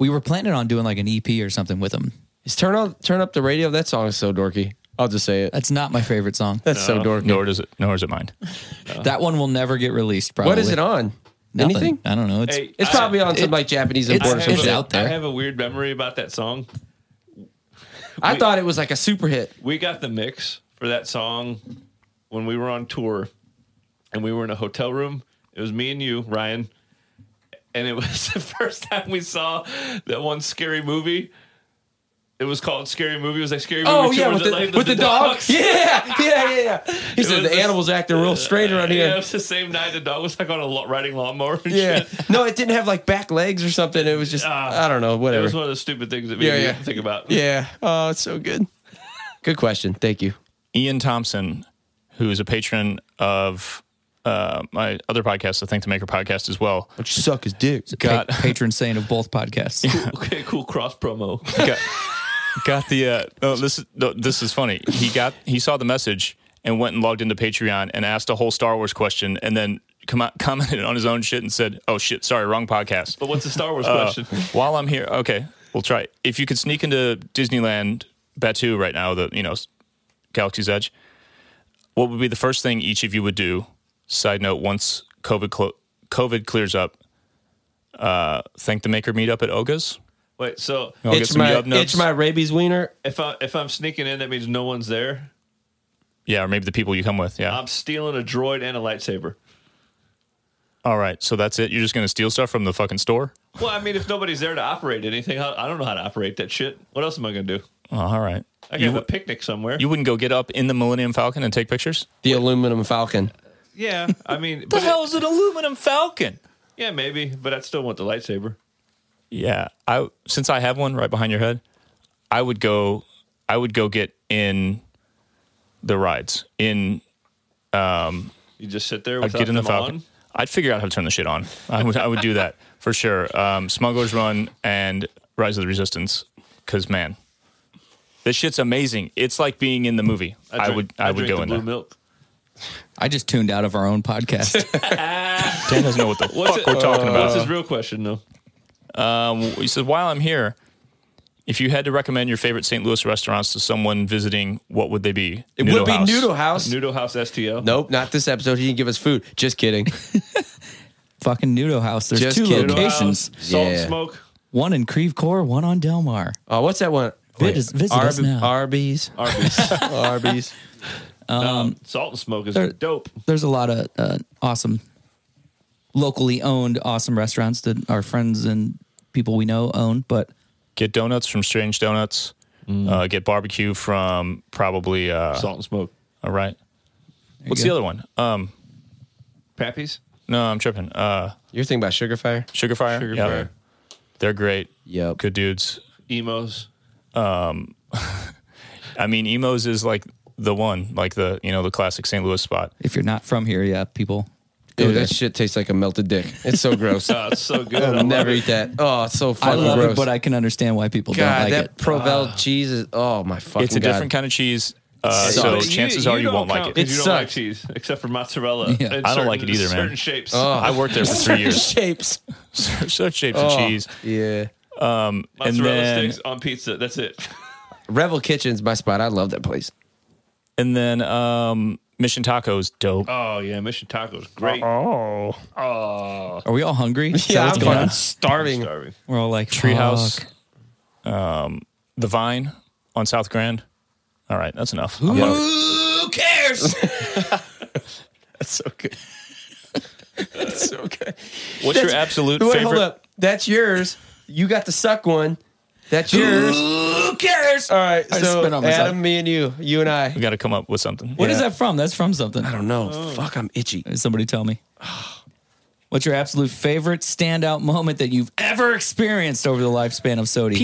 we were planning on doing like an EP or something with them. Is turn on turn up the radio? That song is so dorky. I'll just say it. That's not my favorite song. That's so dorky. Nor does it. Nor is it mine. That one will never get released. Probably. What is it on? Nothing. Anything? I don't know. It's Hey, It's I- probably on some it- like Japanese it's- import or I it's have something. a- out there. I have a weird memory about that song. I we- thought it was like a super hit. We got the mix for that song when we were on tour, and we were in a hotel room. It was me and you, Ryan, and it was the first time we saw that one scary movie. It was called Scary Movie. It was like Scary Movie. Oh two, yeah, where with the, they're like, with the, dog. Yeah, yeah, yeah, yeah. He said was the this- animals acting real strange around Yeah, here. it was the same night the dog was like on a lo- riding lawnmower. And Yeah. shit. No, it didn't have like back legs or something. It was just Ah. I don't know, It whatever. was one of the stupid things that made Yeah, me yeah. think about. yeah. Oh, it's so good. Good question. Thank you. Ian Thompson, who is a patron of uh, my other podcast, the Think the Maker podcast as well, But you suck his dick. pa- patron saint of both podcasts. Okay, cool cross promo. got, got the. Uh, oh, this is no, this is funny. He got he saw the message and went and logged into Patreon and asked a whole Star Wars question and then com- commented on his own shit and said, "Oh shit, sorry, wrong podcast." But what's the Star Wars Uh, question? while I'm here, okay, we'll try. it. If you could sneak into Disneyland Batu right now, the you know Galaxy's Edge, what would be the first thing each of you would do? Side note: Once COVID clo- COVID clears up, uh, thank the maker meetup at Oga's. Wait, so I'll get Itch some my, yub notes. itch my rabies wiener. if I if I'm sneaking in, that means no one's there. yeah, or maybe the people you come with. Yeah. I'm stealing a droid and a lightsaber. All right, so that's it. You're just gonna steal stuff from the fucking store. Well, I mean, if nobody's there to operate anything, I I don't know how to operate that shit. What else am I gonna do? Oh, all right. I can You, have a picnic somewhere. you wouldn't go get up in the Millennium Falcon and take pictures? The aluminum falcon. yeah, I mean, but it- is an aluminum Falcon? yeah, maybe, but I still want the lightsaber. Yeah, I since I have one right behind your head, I would go. I would go get in the rides. In You just sit there. I'd Without get in the them Falcon. on. I'd figure out how to turn the shit on. I would. I would do that for sure. Um, Smuggler's Run and Rise of the Resistance. Because man, this shit's amazing. It's like being in the movie. I, drink- would. I, would drink go the in blue there. Milk. I just tuned out of our own podcast. Dan doesn't know what the What's fuck it- uh, we're talking about. Um, What's his real question though? He said, while I'm here, if you had to recommend your favorite St. Louis restaurants to someone visiting, what would they be? It would be Noodle House. Noodle House STL. Nope, not this episode. He didn't give us food. Just kidding. Fucking Nudo House. There's Just two kidding. Noodle House, locations. Salt and Yeah. smoke. One in Creve Coeur, one on Delmar. Uh, what's that one? Visit- visit us now. Arby's. Arby's. Arby's. Um, salt and smoke is there- dope. there's a lot of uh, awesome, locally owned, awesome restaurants that our friends and people we know own. But Get donuts from Strange Donuts. Uh, get barbecue from probably. Uh, Salt and smoke. all right. What's go. the other one? Um, Pappies? no, I'm tripping. Uh, You're thinking about Sugar Fire? Sugar Fire. Sugar Yeah. Fire. They're great. Yep. Good dudes. Emos. I mean, Emos is like the one, like the you know the classic St. Louis spot. if you're not from here, yeah, people go Dude, there. that shit tastes like a melted dick. It's so gross. Oh, it's so good. I I'll love never it. eat that. Oh, it's so I fucking love gross. it, but I can understand why people God, don't like that it. Provel cheese is oh my fucking It's a God. different kind of cheese. Uh, It so sucks. But chances are you don't won't like count it. 'cause You It don't like sucks. cheese, except for mozzarella. Yeah. in I don't like certain- it either, man. Certain shapes. I worked there for three years. shapes. Certain shapes Oh, of cheese. Yeah. and mozzarella then- sticks on pizza. That's it. Revel Kitchen's my spot. I love that place. And then um, Mission Taco is dope. Oh yeah, Mission Tacos, great. Oh. Oh, Are we all hungry? Is that what's I'm going fucking on? starving. starving. We're all like Treehouse. "Fuck." Um, the Vine on South Grand. All right, that's enough. I'm out. Who cares? That's so good. That's so good. What's your Wait, absolute hold favorite? up. That's yours. You got to suck one. That's yours. Who cares? All right. I so spit on myself. Adam, me, and you. You and I. We got to come up with something. What is Yeah. that from? That's from something. I don't know. Fuck, I'm itchy. Somebody tell me. What's your absolute favorite standout moment that you've ever experienced over the lifespan of Sodi?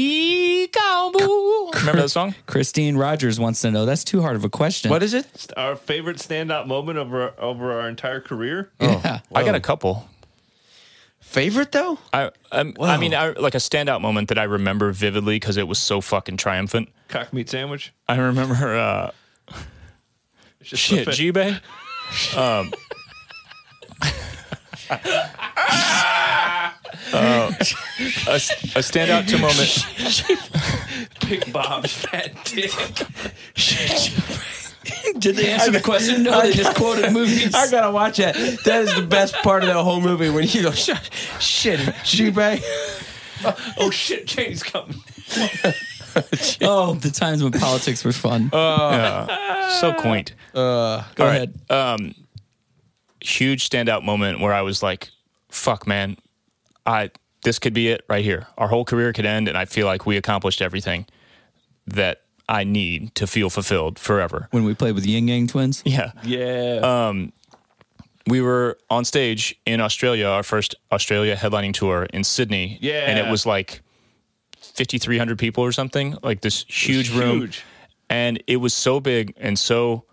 Remember that song? Christine Rogers wants to know. That's too hard of a question. What is it? Our favorite standout moment over over our entire career. Oh. Yeah. I got a couple. Favorite though? I um, I mean, I, like a standout moment that I remember vividly because it was so fucking triumphant. Cock meat sandwich. I remember uh, It's just so shit, fit. G-Bay. Um, uh, a, a standout to moment. Big Bob's fat dick. Did they answer the question? No, they just quoted movies. I gotta watch that. That is the best part of that whole movie when you go, shit, shit, Jubei. Oh shit, James coming. Oh, the times when politics were fun. Uh, so quaint. Go all right. ahead. Huge standout moment where I was like, "Fuck, man, I this could be it right here. Our whole career could end, and I feel like we accomplished everything that I need to feel fulfilled forever." when we played with Ying Yang Twins. Yeah, Yeah. Uh, we were on stage in Australia, our first Australia headlining tour in Sydney. Yeah. and it was like fifty three hundred people or something, like this huge room, huge. and it was so big and so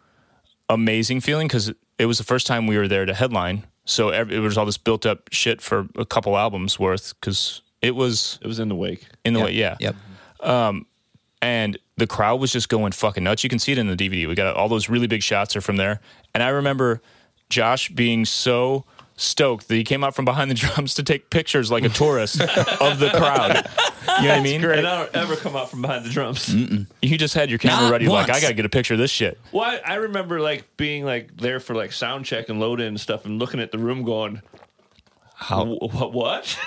amazing feeling because it was the first time we were there to headline. So ev it was all this built up shit for a couple albums worth because it was it was in the wake. in the way, yeah. Yep. And the crowd was just going fucking nuts. You can see it in the DVD. We got all those really big shots are from there. And I remember Josh being so stoked that he came out from behind the drums to take pictures like a tourist of the crowd. You know what I mean? And I don't ever come out from behind the drums. You just had your camera Not ready, like once. I gotta get a picture of this shit. Well, I, I remember like being like there for like sound check and load in and stuff, and looking at the room going, "How? What? What?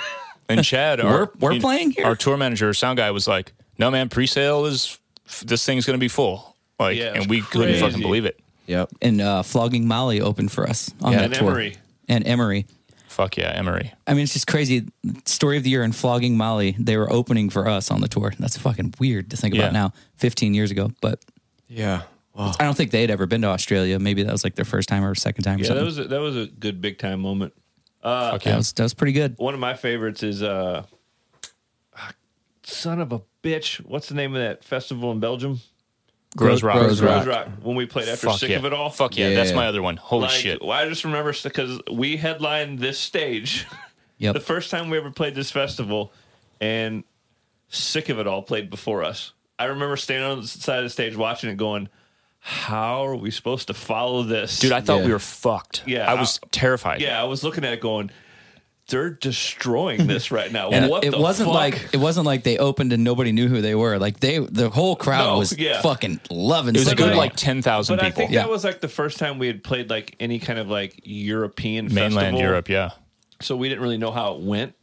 And Chad, our, We're- we're you- playing here? Our tour manager, our sound guy, was like, "No, man, pre-sale is this thing's gonna be full." Like, Yeah, it and was we couldn't fucking crazy. believe it. Yep. And uh, Flogging Molly opened for us on that and tour. Emery. And Emery. Fuck yeah, Emery. I mean, it's just crazy. Story of the year and Flogging Molly, they were opening for us on the tour. That's fucking weird to think Yeah. about now, 15 years ago. But Yeah. I don't think they'd ever been to Australia. Maybe that was like their first time or second time or Yeah, something. that was a, that was a good big time moment. Fuck that, yeah. was, that was pretty good. One of my favorites is uh, ah, son of a bitch. What's the name of that festival in Belgium? Grows rock. Grows Rock. Rose Rock. When we played after Fuck sick yeah. of it all. Fuck yeah, that's Yeah. my other one. Holy Like, shit. well, I just remember because we headlined this stage Yep. the first time we ever played this festival, and Sick of It All played before us. I remember standing on the side of the stage watching it going, How are we supposed to follow this? Dude, I thought Yeah. we were fucked. Yeah, I was terrified. yeah, I was looking at it going, They're destroying this right now. And what it the wasn't fuck? like it wasn't like they opened and nobody knew who they were. Like they, the whole crowd No, was yeah. fucking loving. It was a But good I- like 10,000 But people. I think Yeah. that was like the first time we had played like any kind of like European Mainland festival. Europe, yeah. so we didn't really know how it went.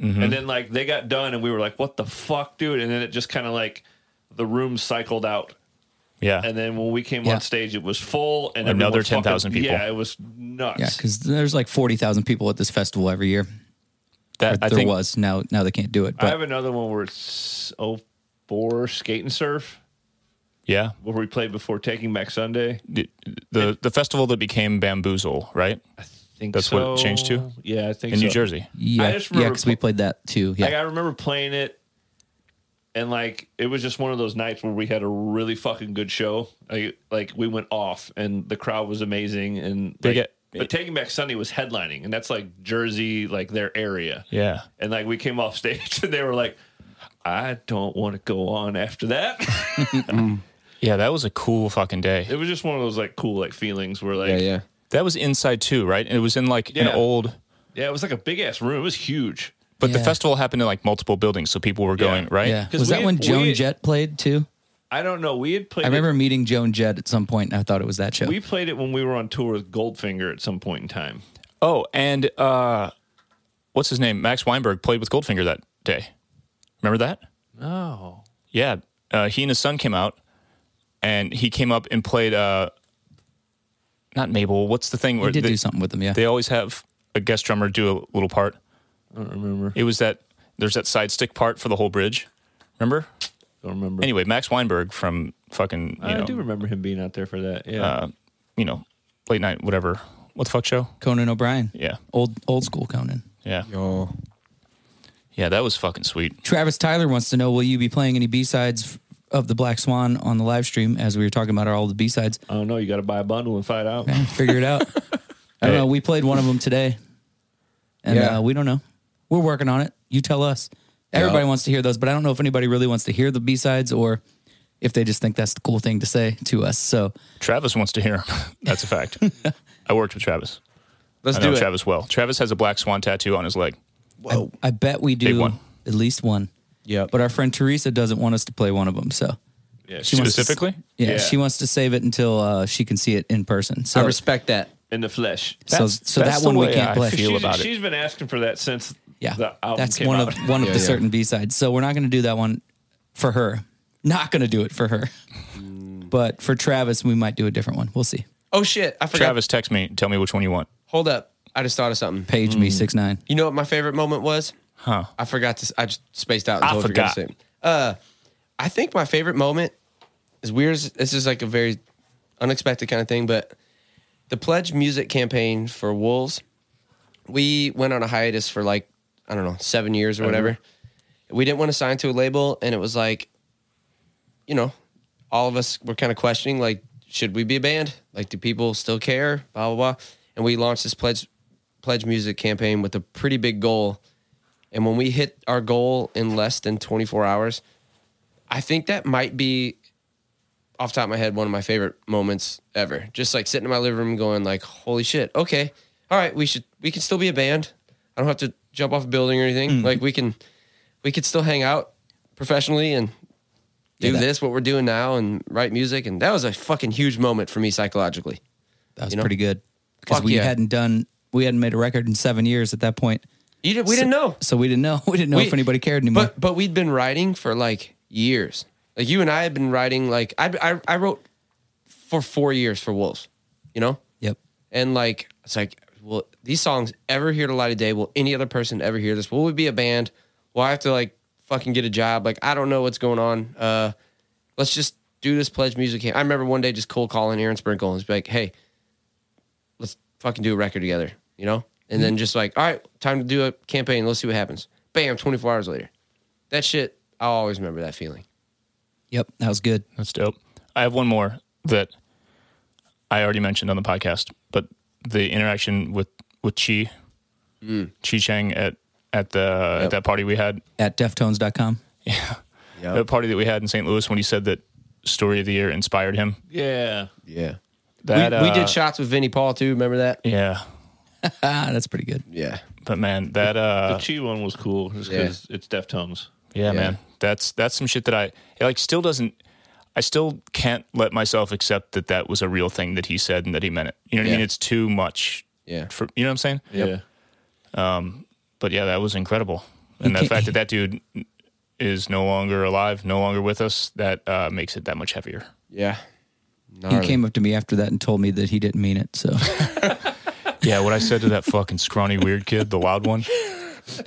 Mm-hmm. And then like they got done, and we were like, "What the fuck, dude!" And then it just kind of like the room cycled out. Yeah. And then when we came Yeah. on stage, it was full and Another everyone fucking- 10,000 people. Yeah, it was nuts. Yeah, because there's like forty thousand people at this festival every year. that I there think was. Now, now they can't do it. I But have another one where it's 04 skate and surf yeah. where we played before Taking Back Sunday. The the, the festival that became Bamboozle, right? I think That's what it changed to? so. Yeah, I think In New so. Jersey. yeah, I just yeah, remember because we played that too. Yeah, Like I remember playing it, and like it was just one of those nights where we had a really fucking good show. Like, like we went off, and the crowd was amazing. And They like, get- but Taking Back Sunday was headlining, and that's like Jersey, like their area. Yeah. And like we came off stage, and they were like, "I don't want to go on after that." Yeah, that was a cool fucking day. it was just one of those like cool like feelings where like Yeah, yeah. That was inside too, right? And it was in like an Yeah. old yeah, it was like a big ass room. It was huge. but the Yeah. festival happened in like multiple buildings, so people were going, right? yeah. 'Cause Was that we- when Joan we- Jett played too? I don't know. We had played. I it- remember meeting Joan Jett at some point, and I thought it was that show. we played it when we were on tour with Goldfinger at some point in time. Oh, and uh what's his name? Max Weinberg played with Goldfinger that day. Remember that? Oh, Yeah, uh, he and his son came out, and he came up and played. Uh, not Mabel. What's the thing we where did they, do something with them. Yeah, they always have a guest drummer do a little part? I don't remember. It was that there's that side stick part for the whole bridge. Remember? Don't remember. Anyway, Max Weinberg from fucking you I know do remember him being out there for that. Yeah. uh, you know late night whatever what the fuck show? Conan O'Brien. Yeah, old old school Conan. yeah, Oh, yeah. That was fucking sweet. Travis Tyler wants to know: Will you be playing any B sides of the Black Swan on the live stream? As we were talking about, are all the B sides? I don't know. You got to buy a bundle and find out. Figure it out. I don't know. We played one of them today, and Yeah. uh, we don't know. We're working on it. You tell us. Everybody Yeah. wants to hear those, but I don't know if anybody really wants to hear the B sides or if they just think that's the cool thing to say to us. So Travis wants to hear him. That's a fact. I worked with Travis. let's I know do it. Travis well. Travis has a black swan tattoo on his leg. I, I bet we do one. at least one. Yep. But our friend Teresa doesn't want us to play one of them. So Yeah. she wants to s- Specifically? yeah, Yeah. she wants to save it until uh, she can see it in person. So I respect that. in the flesh. so, That's- so that's that the one we way can't I play. feel she's, about it. she's been asking for that since Yeah, the album that's came one out. of one of Yeah, the yeah. certain B sides. So we're not going to do that one for her. Not going to do it for her. Mm. But for Travis, we might do a different one. We'll see. Oh shit, I forgot. Travis, text me. Tell me which one you want. Hold up, I just thought of something. Page me six nine. You know what my favorite moment was? Huh. I forgot to. I just spaced out. And I told you guys forgot. to say. Uh, I think my favorite moment is weird. as- This is like a very unexpected kind of thing, but the pledge music campaign for Wolves. We went on a hiatus for like I don't know seven years or whatever. We didn't want to sign to a label, and it was like, you know, all of us were kind of questioning like, should we be a band? Like, do people still care? Blah blah blah. And we launched this pledge pledge music campaign with a pretty big goal and when we hit our goal in less than 24 hours, I think that might be off the top of my head one of my favorite moments ever. Just like sitting in my living room going like, "Holy shit. Okay. All right, we should we can still be a band. I don't have to jump off a building or anything. Mm. Like we can we could still hang out professionally and do Yeah, that- this what we're doing now and write music and that was a fucking huge moment for me psychologically. That was You know? pretty good because Fuck we yeah. hadn't done we hadn't made a record in seven years at that point. You did, we didn't know. So we didn't know. We didn't know We- if anybody cared anymore. But but we'd been writing for like years. Like you and I had been writing like I I, I wrote for four years for Wolves, you know, yep. and like it's like will these songs ever hear the light of day? Will any other person ever hear this? Will we be a band? Will I have to like fucking get a job? Like I don't know what's going on. Uh, let's just do this pledge music. Camp. I remember one day just cold calling Aaron Sprinkle and just be like, hey, let's fucking do a record together, you know? And then just like, all right, time to do a campaign. Let's see what happens. Bam, 24 hours later. That shit, I'll always remember that feeling. Yep. That was good. That's dope. I have one more that I already mentioned on the podcast, but the interaction with with Chi, Mm. Chi Chang at at the at that party we had, At deftones.com. that party that we had in St. Louis when he said that story of the year inspired him. yeah. Yeah. That we, we uh, did shots with Vinnie Paul too. Remember that? yeah, Ah, that's pretty good. Yeah. but man, that The uh, Chi one was cool just because it's Deftones. Yeah, man. That's that's some shit that I it, like still doesn't I still can't let myself accept that that was a real thing that he said and that he meant it. You know what I mean? Yeah. It's too much. Yeah. For, you know what I'm saying? Yeah. But yeah, that was incredible. And the can't- fact that that dude is no longer alive, no longer with us, that uh, makes it that much heavier. Yeah. He Gnarly. came up to me after that and told me that he didn't mean it. So Yeah, what I said to that fucking scrawny weird kid, the loud one.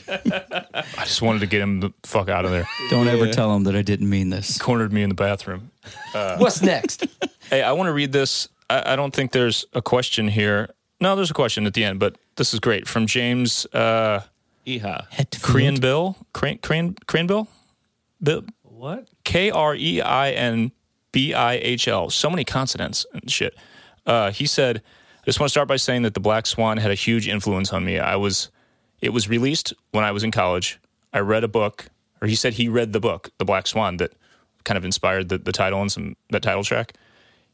I just wanted to get him the fuck out of there. don't ever tell him that I didn't mean this. Cornered me in the bathroom. What's next? Hey, I want to read this. I, I don't think there's a question here. No, there's a question at the end, but this is great from James uh, Eha. Korean Bill. Crane, Crane, Crane Bill? Bill? What? K R E I N B I H L. So many consonants and shit. Uh, he said, I just want to start by saying that The Black Swan had a huge influence on me. I was, it was released when I was in college. I read a book, or he said he read the book, The Black Swan, that kind of inspired the, the title and some, that title track.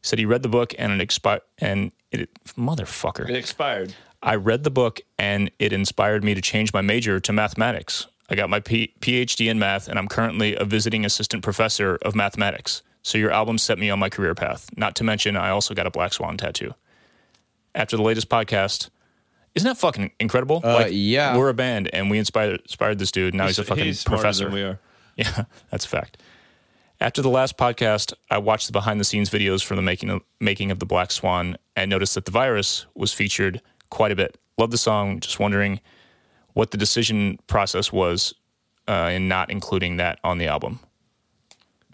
He said he read the book and it expired, and it, motherfucker. It expired. I read the book and it inspired me to change my major to mathematics. I got my P- PhD in math and I'm currently a visiting assistant professor of mathematics. So your album set me on my career path. Not to mention, I also got a black swan tattoo. After the latest podcast, isn't that fucking incredible? Uh, yeah. we're a band and we inspired inspired this dude. Now Oh, he's, a fucking He's smarter professor. Than we are. Yeah, that's a fact. After the last podcast, I watched the behind the scenes videos for the making of, making of the Black Swan and noticed that the virus was featured quite a bit. Love the song. Just wondering what the decision process was uh, in not including that on the album.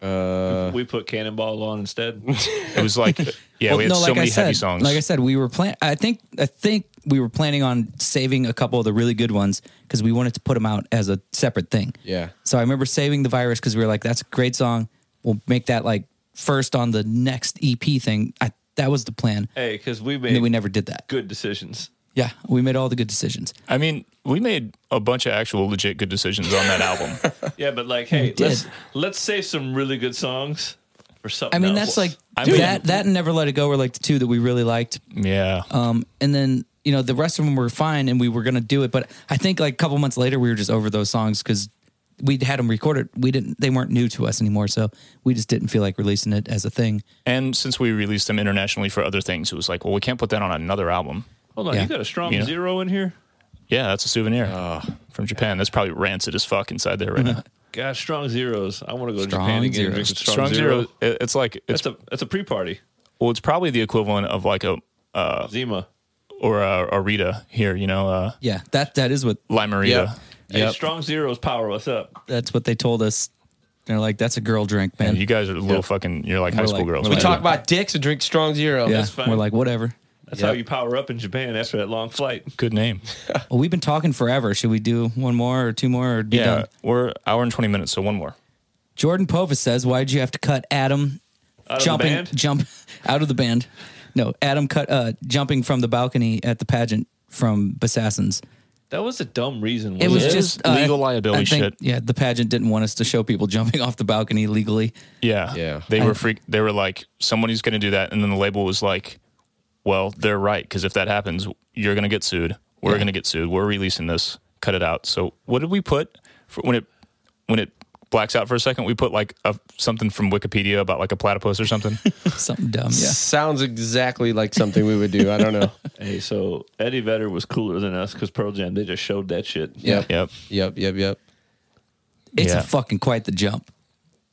Uh. we put Cannonball on instead. It was like, yeah, we had so many said, heavy songs. Like I said, we were plan. I think I think we were planning on saving a couple of the really good ones because we wanted to put them out as a separate thing. Yeah. So I remember saving the virus because we were like, "That's a great song. We'll make that like first on the next EP thing." I, that was the plan, hey, because we and made then we never did that. good decisions. Yeah, we made all the good decisions. I mean, we made a bunch of actual legit good decisions on that album. Yeah, but like, hey, did. let's let's save some really good songs for something. I mean, else. that's like I mean- that. That and Never Let It Go were like the two that we really liked. yeah. Um, and then you know the rest of them were fine, and we were gonna do it. But I think like a couple months later, we were just over those songs because we'd had them recorded. We didn't; they weren't new to us anymore, so we just didn't feel like releasing it as a thing. and since we released them internationally for other things, it was like, well, we can't put that on another album. hold on, yeah. you got a strong You know. zero in here. Yeah, that's a souvenir from Japan. That's probably rancid as fuck inside there right now. Gosh, strong zeros. I want to go to Strong Japan again. and drink zeros. some Strong Zero, it- it's like it's That's a that's a pre-party. uh, well, it's probably the equivalent of like a Zima. or a, a Rita here, you know, uh, Yeah, that that is what Lima Rita. Hey, strong zeros power. What's up? that's what they told us. They're like, "That's a girl drink, man." And you guys are little fucking. You're like high We're school like- girls. we're We man. talk about dicks and drink strong zero. yeah, that's fine. we're like, whatever. That's how you power up in Japan after that long flight. good name. Well, we've been talking forever. Should we do one more or two more or be Yeah, done? we're hour and twenty minutes, so one more. Jordan Povis says, "Why did you have to cut Adam Out of the jumping band? jump out of the band? No, Adam cut uh, jumping from the balcony at the pageant from Bassassins. That was a dumb reason. It was It is just uh, legal liability I think- shit. Yeah, the pageant didn't want us to show people jumping off the balcony legally. Yeah, Yeah. They were freak. They were like, somebody's going to do that, and then the label was like, "Well, they're right because if that happens, you're going to get sued. We're going to get sued. We're releasing this. Cut it out." So what did we put for when it when it blacks out for a second? We put like a, something from Wikipedia about like a platypus or something. Something dumb. Yeah, Sounds exactly like something we would do. I don't know. Hey, so Eddie Vedder was cooler than us because Pearl Jam they just showed that shit. Yep. yep. Yep. Yep. Yep. it's Yeah. a fucking quite the jump.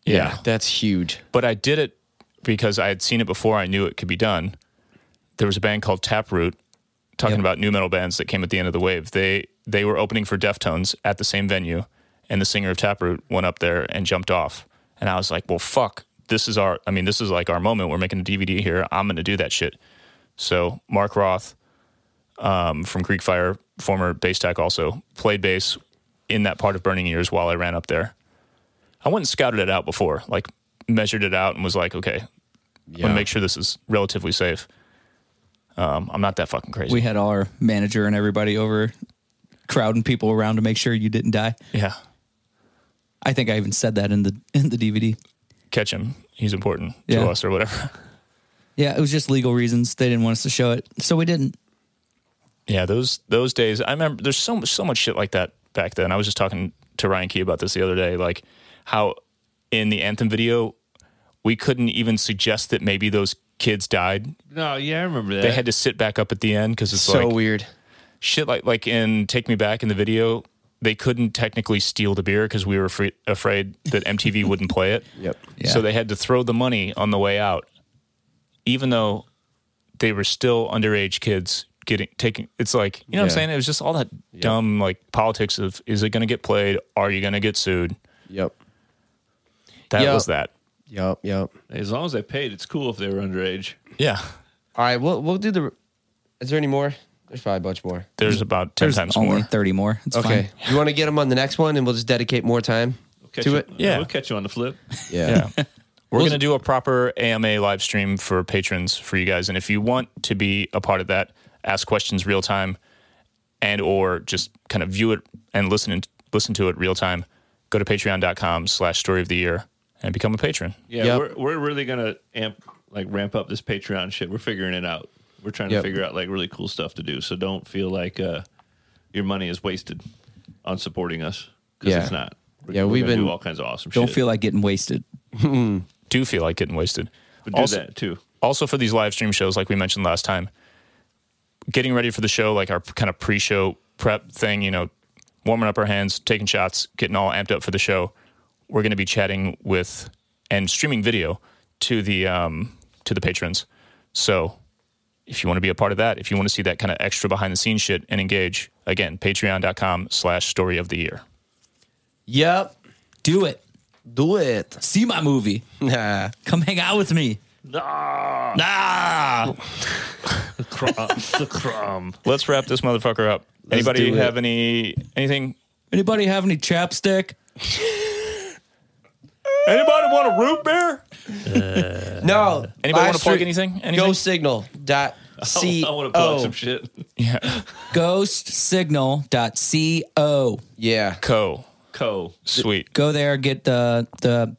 Yeah. That's huge. But I did it because I had seen it before. I knew it could be done. There was a band called Taproot talking Yep. about new metal bands that came at the end of the wave. They they were opening for Deftones at the same venue, and the singer of Taproot went up there and jumped off. And I was like, "Well, fuck! This is our. I mean, this is like our moment. We're making a DVD here. I'm going to do that shit." So Mark Roth um, from Creek Fire, former bass tech, also played bass in that part of Burning Years while I ran up there. I went and scouted it out before, like measured it out and was like, okay, I want Yeah. to make sure this is relatively safe. Um, I'm not that fucking crazy. We had all our manager and everybody over, crowding people around to make sure you didn't die. yeah. I think I even said that in the in the DVD. Catch him. He's important Yeah. to us or whatever. Yeah, it was just legal reasons. They didn't want us to show it, so we didn't. Yeah, those those days. I remember there's so much so much shit like that back then. I was just talking to Ryan Key about this the other day, like how in the anthem video we couldn't even suggest that maybe those kids died. No, yeah, I remember that. They had to sit back up at the end because it's So like weird. shit like like in Take Me Back in the video. They couldn't technically steal the beer because we were afraid, afraid that MTV wouldn't play it. Yep. Yeah. So they had to throw the money on the way out. even though they were still underage kids getting taking it's like you know what I'm Yeah. saying? It was just all that dumb like politics of is it gonna get played? Are you gonna get sued? Yep. That Yeah. was that. Yep. Yep. As long as they paid, it's cool if they were underage. Yeah. All right. We'll we'll do the. Is there any more? There's probably a bunch more. There's about ten There's times only more. 30 more. It's Okay. fine. You want to get them on the next one, and we'll just dedicate more time We'll catch to you- it. Yeah. we'll catch you on the flip. Yeah. We're Was- going to do a proper AMA live stream for patrons for you guys and if you want to be a part of that, ask questions real time and or just kind of view it and listen and listen to it real time, go to patreon.com slash story of the year and become a patron. Yeah, Yep. we're we're really gonna amp like ramp up this Patreon shit. We're figuring it out. We're trying Yep. to figure out like really cool stuff to do. So don't feel like uh, your money is wasted on supporting us because Yeah. it's not. We're- Yeah, we're we've gonna been- do all kinds of awesome. Don't shit. feel like getting wasted. Do feel like getting wasted. but do also, that too. also for these live stream shows like we mentioned last time getting ready for the show like our kind of pre-show prep thing you know warming up our hands taking shots getting all amped up for the show we're going to be chatting with and streaming video to the um to the patrons so if you want to be a part of that if you want to see that kind of extra behind the scenes shit and engage again patreon.com slash story of the year Yep. Do it. Do it. See my movie. Nah. Come hang out with me. nah the crumb. let's wrap this motherfucker up anybody do it. have any anything Anybody have any chapstick? anybody want a root beer No. Anybody want to plug Livestream- anything? anything? Go signal dot I want to co. plug some shit. Yeah. Ghostsignal.co. Yeah. Co. Co. Sweet. Go there, get the the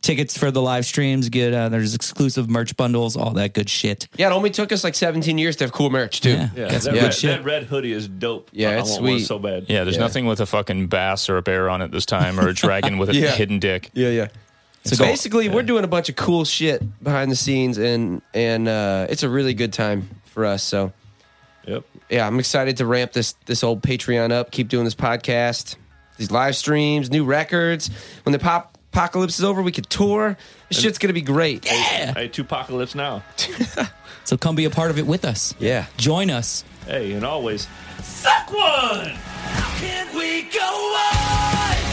tickets for the live streams, get uh, there's exclusive merch bundles, all that good shit. Yeah. It only took us like 17 years to have cool merch too. Yeah. Yeah, Got some that, good red, shit. that red hoodie is dope. Yeah, I- I it's want one sweet. so bad. Yeah, there's Yeah. nothing with a fucking bass or a bear on it this time, or a dragon with a Yeah. hidden dick. Yeah. Yeah. So, So- basically, we're doing a bunch of cool shit behind the scenes, and and uh, it's a really good time for us. So Yep. yeah, I'm excited to ramp this this old Patreon up. Keep doing this podcast, these live streams, new records. When the pop apocalypse is over, we could tour. This shit's gonna be great. Yeah. Hey, two apocalypse now. So come be a part of it with us. Yeah. Join us. Hey, and always suck one. Can we go on?